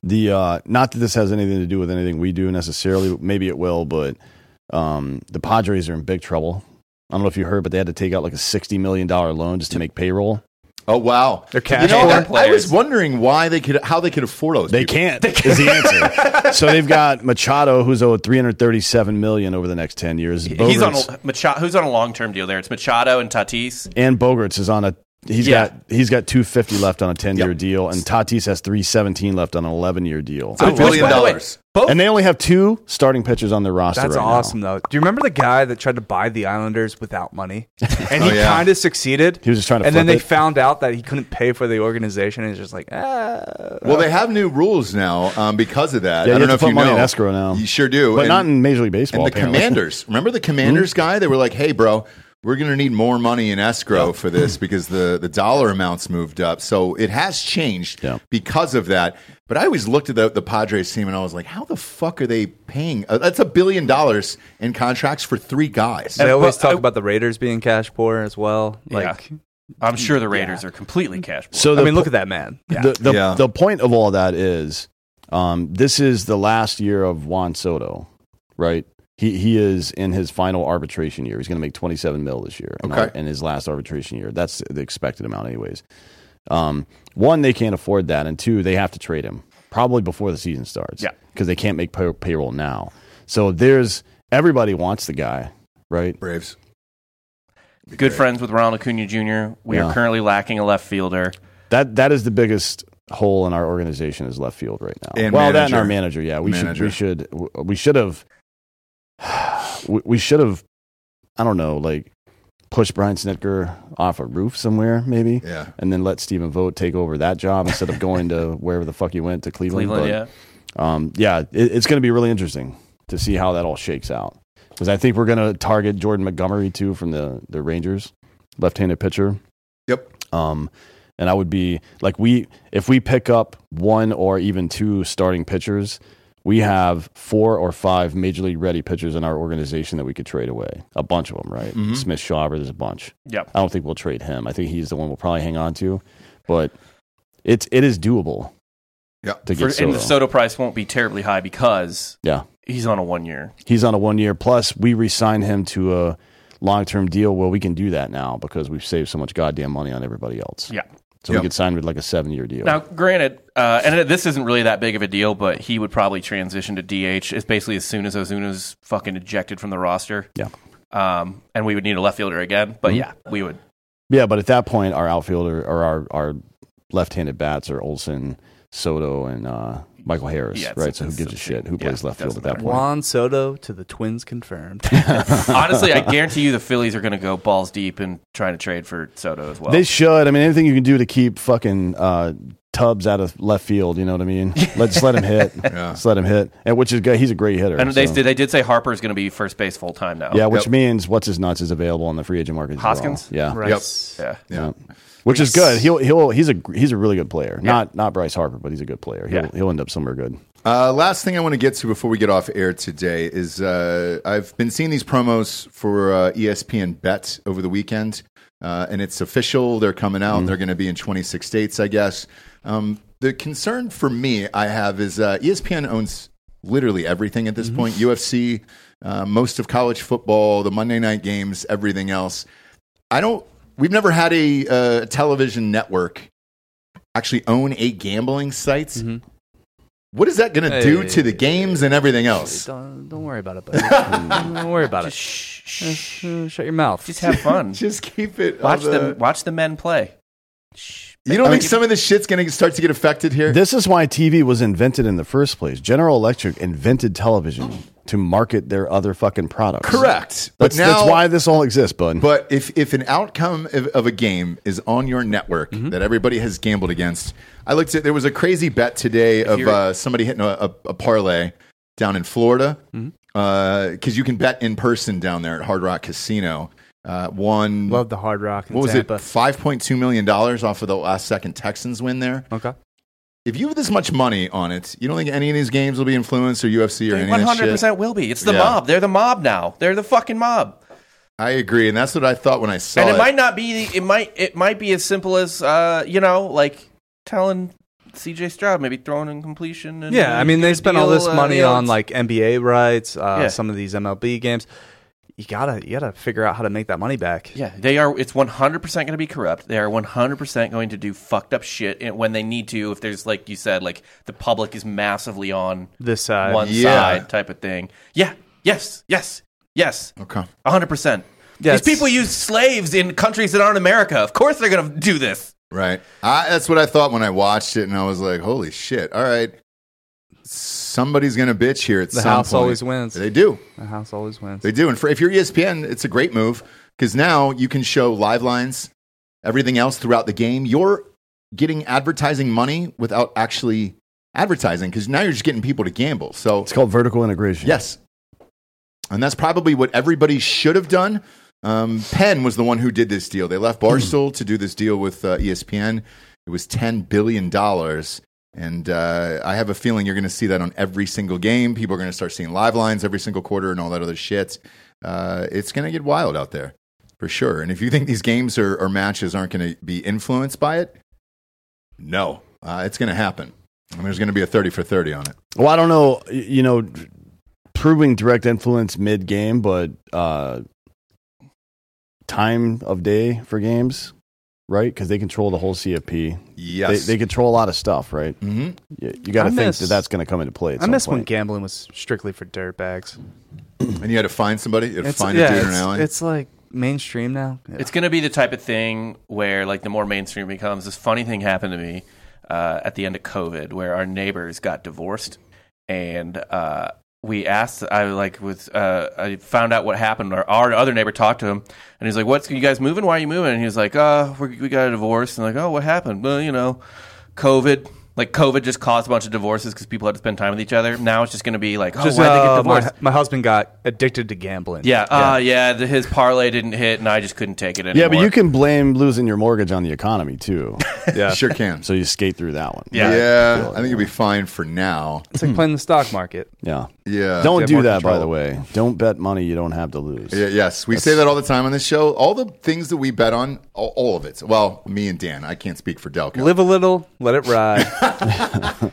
the uh, not that this has anything to do with anything we do necessarily. but Maybe it will, but um, the Padres are in big trouble. I don't know if you heard, but they had to take out like a sixty million dollar loan just to make payroll.
Oh wow,
They're cash
You know,
poor
I, I was
players.
wondering why they could, how they could afford all those.
They
people.
can't. Is the answer. so they've got Machado, who's owed three hundred thirty-seven million over the next ten years.
he's on
Bogaerts-
a, Machado, who's on a long term deal there. It's Machado and Tatis.
and Bogerts is on a he's
Yeah.
got he's got 250 left on a 10 year
Yep.
deal and Tatis has 317 left on an 11 year deal.
It's a
Which,
billion
by the way,
dollars.
both
And they only have two starting pitchers on their roster.
That's
right now.
awesome, though. Do you remember the guy that tried to buy the Islanders without money, and he
Oh, yeah.
kind of succeeded?
He was just trying to
and then
flip
they
it.
found out that he couldn't pay for the organization, and he's just like, ah.
Well, they have new rules now um, because of that.
Yeah,
I
you
don't
have
know
to
if
put
you
money
know.
in escrow now.
You sure do,
But
And-
not in Major League Baseball.
And the
apparently. Hmm?
commanders. Remember the commanders guy? They were like, "Hey, bro, we're going to need more money in escrow for this because the the dollar amounts moved up." So it has changed
Yeah.
because of that. But I always looked at the, the Padres team and I was like, "How the fuck are they paying? Uh, that's a billion dollars in contracts for three guys."
They always
but
talk
I-
about the Raiders being cash poor as well. Like,
I'm sure the Raiders are completely cash poor.
So the,
I mean, look at that man. Yeah.
The, the,
Yeah.
the point of all that is um, this is the last year of Juan Soto, right? He, he is in his final arbitration year. He's going to make 27 mil this year in,
Okay.
ar- in his last arbitration year. That's the expected amount, anyways. Um, one, they can't afford that. And two, they have to trade him probably before the season starts
Yeah.
because they can't make pay- payroll now. So there's everybody wants the guy, right?
Braves.
Good friends with Ronald Acuna Jr. We
Yeah.
are currently lacking a left fielder.
That that is the biggest hole in our organization is left field right now.
And
well, that and our
manager.
manager. Yeah, we
Manager.
should we should we should have we, we should have I don't know like push Brian Snitker off a roof somewhere maybe.
Yeah.
And then let Stephen Vogt take over that job instead of going to wherever the fuck he went to Cleveland.
Cleveland, yeah.
But, Um, yeah, it, it's going to be really interesting to see how that all shakes out because I think we're going to target Jordan Montgomery too from the the Rangers, left-handed pitcher.
Yep.
Um, and I would be like, we if we pick up one or even two starting pitchers, we have four or five major league ready pitchers in our organization that we could trade away. A bunch of them, right? Smith Schauber, there's a bunch.
Yep.
I don't think we'll trade him. I think he's the one we'll probably hang on to, but it's it is doable
Yeah.
to
For,
get
and the
Soto.
Soto price won't be terribly high because
yeah,
he's on a one year.
he's on a one year plus. We re-sign him to a long term deal. Well, we can do that now because we've saved so much goddamn money on everybody else.
Yeah.
So
Yeah.
we could sign with like a seven year deal.
Now, granted, uh, and this isn't really that big of a deal, but he would probably transition to DH. It's basically as soon as Ozuna's fucking ejected from the roster.
yeah.
Um, and we would need a left fielder again.
Mm-hmm.
But yeah, we would.
Yeah, but at that point, our outfielder or our, our left-handed bats are Olson, Soto, and uh, Michael Harris,
Yeah, it's-
right? So who
it's-
gives a
it's-
shit? Who
yeah,
plays left field
doesn't
at that
matter.
point?
Juan Soto to the Twins confirmed.
Honestly, I guarantee you the Phillies are going to go balls deep and trying to trade for Soto as well.
They should. I mean, anything you can do to keep fucking uh, Tubbs out of left field, you know what I mean? Let just let him hit. Just let him hit. And which is good. He's a great hitter.
and they,
so-
they did say Harper's going to be first base full time now.
yeah, which
Yep.
means what's his nuts is available on the free agent market. as well.
Hoskins?
yeah,
Right.
Yeah.
Yeah.
which is good. He'll he'll he's a he's a really good player. Not not Bryce Harper, but he's a good player. He'll
Yeah.
he'll end up somewhere good.
Uh, last thing I want to get to before we get off air today is uh, I've been seeing these promos for uh, ESPN Bet over the weekend, uh, and it's official. They're coming out.
Mm.
They're going to be in 26 states, I guess. Um, the concern for me I have is uh, ESPN owns literally everything at this
Mm-hmm.
point UFC, uh, most of college football, the Monday night games, everything else. I don't. We've never had
Mm-hmm.
a uh, television network actually own a gambling site What is that going to do to the games and everything else?
Don't, don't worry about it, buddy. don't worry about
Just
it.
shh, shh.
Hmm. Just, uh, shut your mouth.
Just have fun.
Just keep it.
watch
on
the watch the men play.
You don't
I
think
mean-
some of this shit's going to start to get affected here?
This is why TV was invented in the first place. General Electric invented television to market their other fucking products.
Correct. But
That's,
now,
that's why this all exists, bud.
But if, if an outcome of, of a game is on your network
Mm-hmm.
that everybody has gambled against, I looked at there was a crazy bet today of
you're-
uh, somebody hitting a, a, a parlay down in Florida
Mm-hmm.
because you can bet in person down there at Hard Rock Casino. Uh, one
Love the hard rock. And
what was
Tampa.
it? Five point two million dollars off of the last second Texans win there.
Okay.
If you have this much money on it, you don't think any of these games will be influenced or UFC or any
One
of
hundred
that shit.
percent will be. It's the
Yeah.
mob. They're the mob now. They're the fucking mob.
I agree, and that's what I thought when I saw
and it,
it.
might not be. It might. It might be as simple as uh, you know, like telling C.J. Stroud maybe throwing in completion. And
Yeah, I mean they spent all this
deal, uh,
money
you know,
on
it's-
like NBA rights, uh,
Yeah.
some of these MLB games. You gotta you gotta figure out how to make that money back.
Yeah, they are. It's one hundred percent going to be corrupt. They are one hundred percent going to do fucked up shit and- when they need to. If there's like you said, like the public is massively on
This uh, side.
one
yeah.
side type of thing. Yeah. Yes. Yes. Yes.
okay.
One hundred percent.
Yeah,
These
it's-
people use slaves in countries that aren't America. Of course, they're going to do this.
Right. I, that's what I thought when I watched it, and I was like, "Holy shit! All right, somebody's gonna bitch here at
The
some
house
point."
always wins.
They do.
The house always wins.
They do. And for, if you're E ESPN, it's a great move because now you can show live lines, everything else throughout the game. You're getting advertising money without actually advertising because now you're just getting people to gamble. So
it's called vertical integration.
Yes. And that's probably what everybody should have done. Um, Penn was the one who did this deal. They left
Hmm.
Barstool to do this deal with uh, ESPN. It was $10 billion. And uh, I have a feeling you're going to see that on every single game. People are going to start seeing live lines every single quarter and all that other shit. Uh, it's going to get wild out there for sure. And if you think these games or, or matches aren't going to be influenced by it, no, uh, it's going to happen. And there's going to be a 30 for 30 on it.
Well, I don't know, y- you know, proving direct influence mid game, but uh, time of day for games, right? Because they control the whole CFP.
Yes.
They, they control a lot of stuff, right?
mm-hmm.
You, got
I
to think
miss-
that that's going to come into play. At
I
some
miss when
point.
gambling was strictly for dirtbags.
And you had to find somebody. You had to find a dude in an
it's,
alley.
it's like mainstream now. Yeah.
It's going to be the type of thing where, like, the more mainstream it becomes. This funny thing happened to me uh, at the end of COVID, where our neighbors got divorced, and uh, we asked. I like was uh, I found out what happened. Our, our other neighbor talked to him, and he's like, "What's you guys moving? Why are you moving?" And he was like, "Uh, we we got a divorce." And like, "Oh, what happened?" Well, you know, COVID. Like COVID just caused a bunch of divorces because people had to spend time with each other. Now it's just going to be like, oh,
Just,
why would they get
uh, my-
divorced?
my, husband got addicted to gambling.
yeah, uh, yeah. The, his parlay didn't hit, and I just couldn't take it anymore.
Yeah, but you can blame losing your mortgage on the economy too.
yeah.
sure can.
so you skate through that one.
Yeah.
yeah, I think you'll be fine for now.
It's like playing the stock market.
yeah.
Yeah.
Don't
have
do
more
that, by
control.
the way. Don't bet money you don't have to lose.
Yeah, yes, we say that all the time on this show. All the things that we bet on, all, all of it. Well, me and Dan. I can't speak for Delco.
Live a little, let it ride.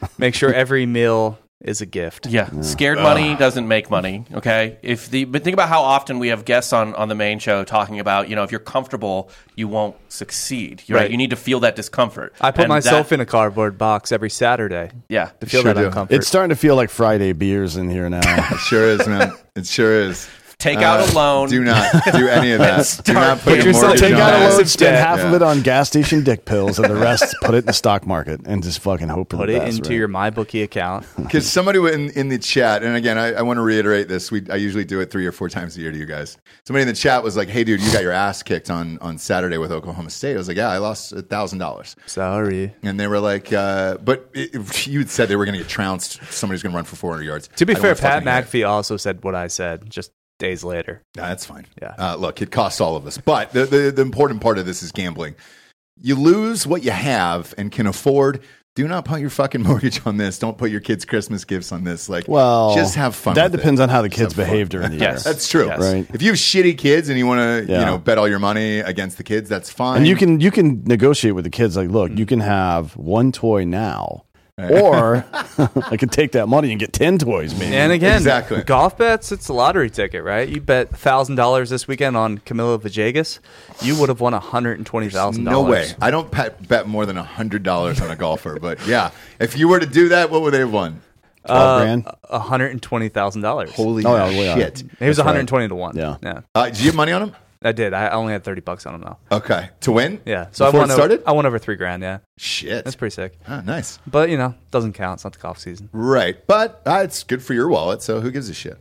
Make sure every meal is a gift.
Yeah, scared money doesn't make money. Okay, if the but think about how often we have guests on on the main show talking about you know if you're comfortable you won't succeed. Right,
Right.
you need to feel that discomfort.
I put
And
myself
that-
in a cardboard box every Saturday
Yeah,
to feel
Sure
that
do.
uncomfort.
It's starting to feel like Friday beers in here now.
It sure is, man. It sure is.
take out a
Uh,
loan.
Do not do any of that. do not put,
Put
your
yourself-
mortgage
Take
on
out a
that.
loan,
Massive
spend
debt.
half of
Yeah.
it on gas station dick pills, and the rest put it in the stock market and just fucking hope for
Put
the
it
best,
into
right?
your MyBookie account.
Because somebody in, in the chat, and again, I, I want to reiterate this. We I usually do it three or four times a year to you guys. Somebody in the chat was like, "Hey, dude, you got your ass kicked on on Saturday with Oklahoma State." I was like, "Yeah, I lost a thousand dollars."
Sorry.
And they were like, uh, but it, you had said they were going to get trounced. Somebody's going to run for 400 yards.
To be
I don't
fair,
wanna
Pat
fucking hear it.
McAfee also said what I said just days later.
Nah, that's fine.
Yeah.
Uh, look, it costs all of us. But the, the, the important part of this is gambling. You lose what you have and can afford. Do not put your fucking mortgage on this. Don't put your kids' Christmas gifts on this. Like,
Well,
just have fun.
That
with it.
depends on how the
Just
kids
have fun.
behave during the
Yes.
year.
That's true.
Yes.
Right.
If you have shitty kids and you want to, you
Yeah.
know, bet all your money against the kids, that's fine. Mm.
And you can you can negotiate with the kids like, look, you can have one toy now, or I could take that money and get ten toys, man.
And again,
Exactly.
golf bets, it's a lottery ticket, right? You bet $1,000 this weekend on Camilo Vajegas, you would have won $120,000.
No way. I don't pet, bet more than $100 on a golfer. But yeah, if you were to do that, what would they have won?
Twelve
Uh,
grand?
a- $120,000.
Holy
Oh, yeah, way up.
shit.
He was
That's right.
120 to one.
Yeah.
yeah,
Uh, did you have money on him?
I did. I I only had 30 bucks on him though.
Okay. To win?
Yeah,
Before
so I
it
won. over-
started?
I won over three grand. Yeah,
Shit.
that's pretty sick.
Ah, nice.
But you know, doesn't count. It's not the golf season.
Right. But uh, it's good for your wallet, so who gives a shit?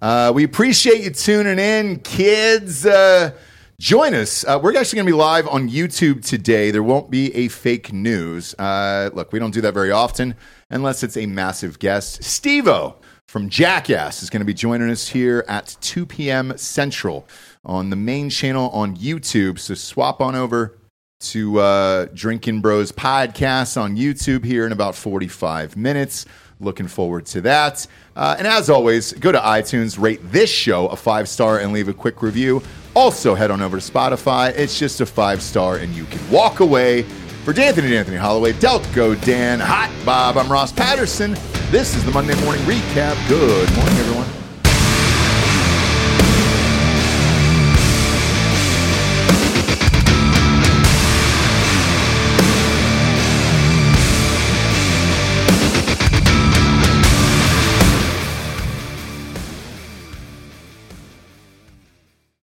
Uh, we appreciate you tuning in, kids. Uh, join us. Uh, we're actually going to be live on YouTube today. There won't be a fake news. Uh, look, we don't do that very often unless it's a massive guest. Steve O from Jackass is going to be joining us here at 2 p.m. Central on the main channel on YouTube. So swap on over to uh, Drinking Bros podcast on YouTube here in about 45 minutes. Looking forward to that. Uh, and as always, go to iTunes, rate this show a five star, and leave a quick review. Also, head on over to Spotify. It's just a five star, and you can walk away. For D'Anthony, D'Anthony Holloway, Delco Dan, Hot Bob, I'm Ross Patterson. This is the Monday Morning Recap. Good morning, everyone.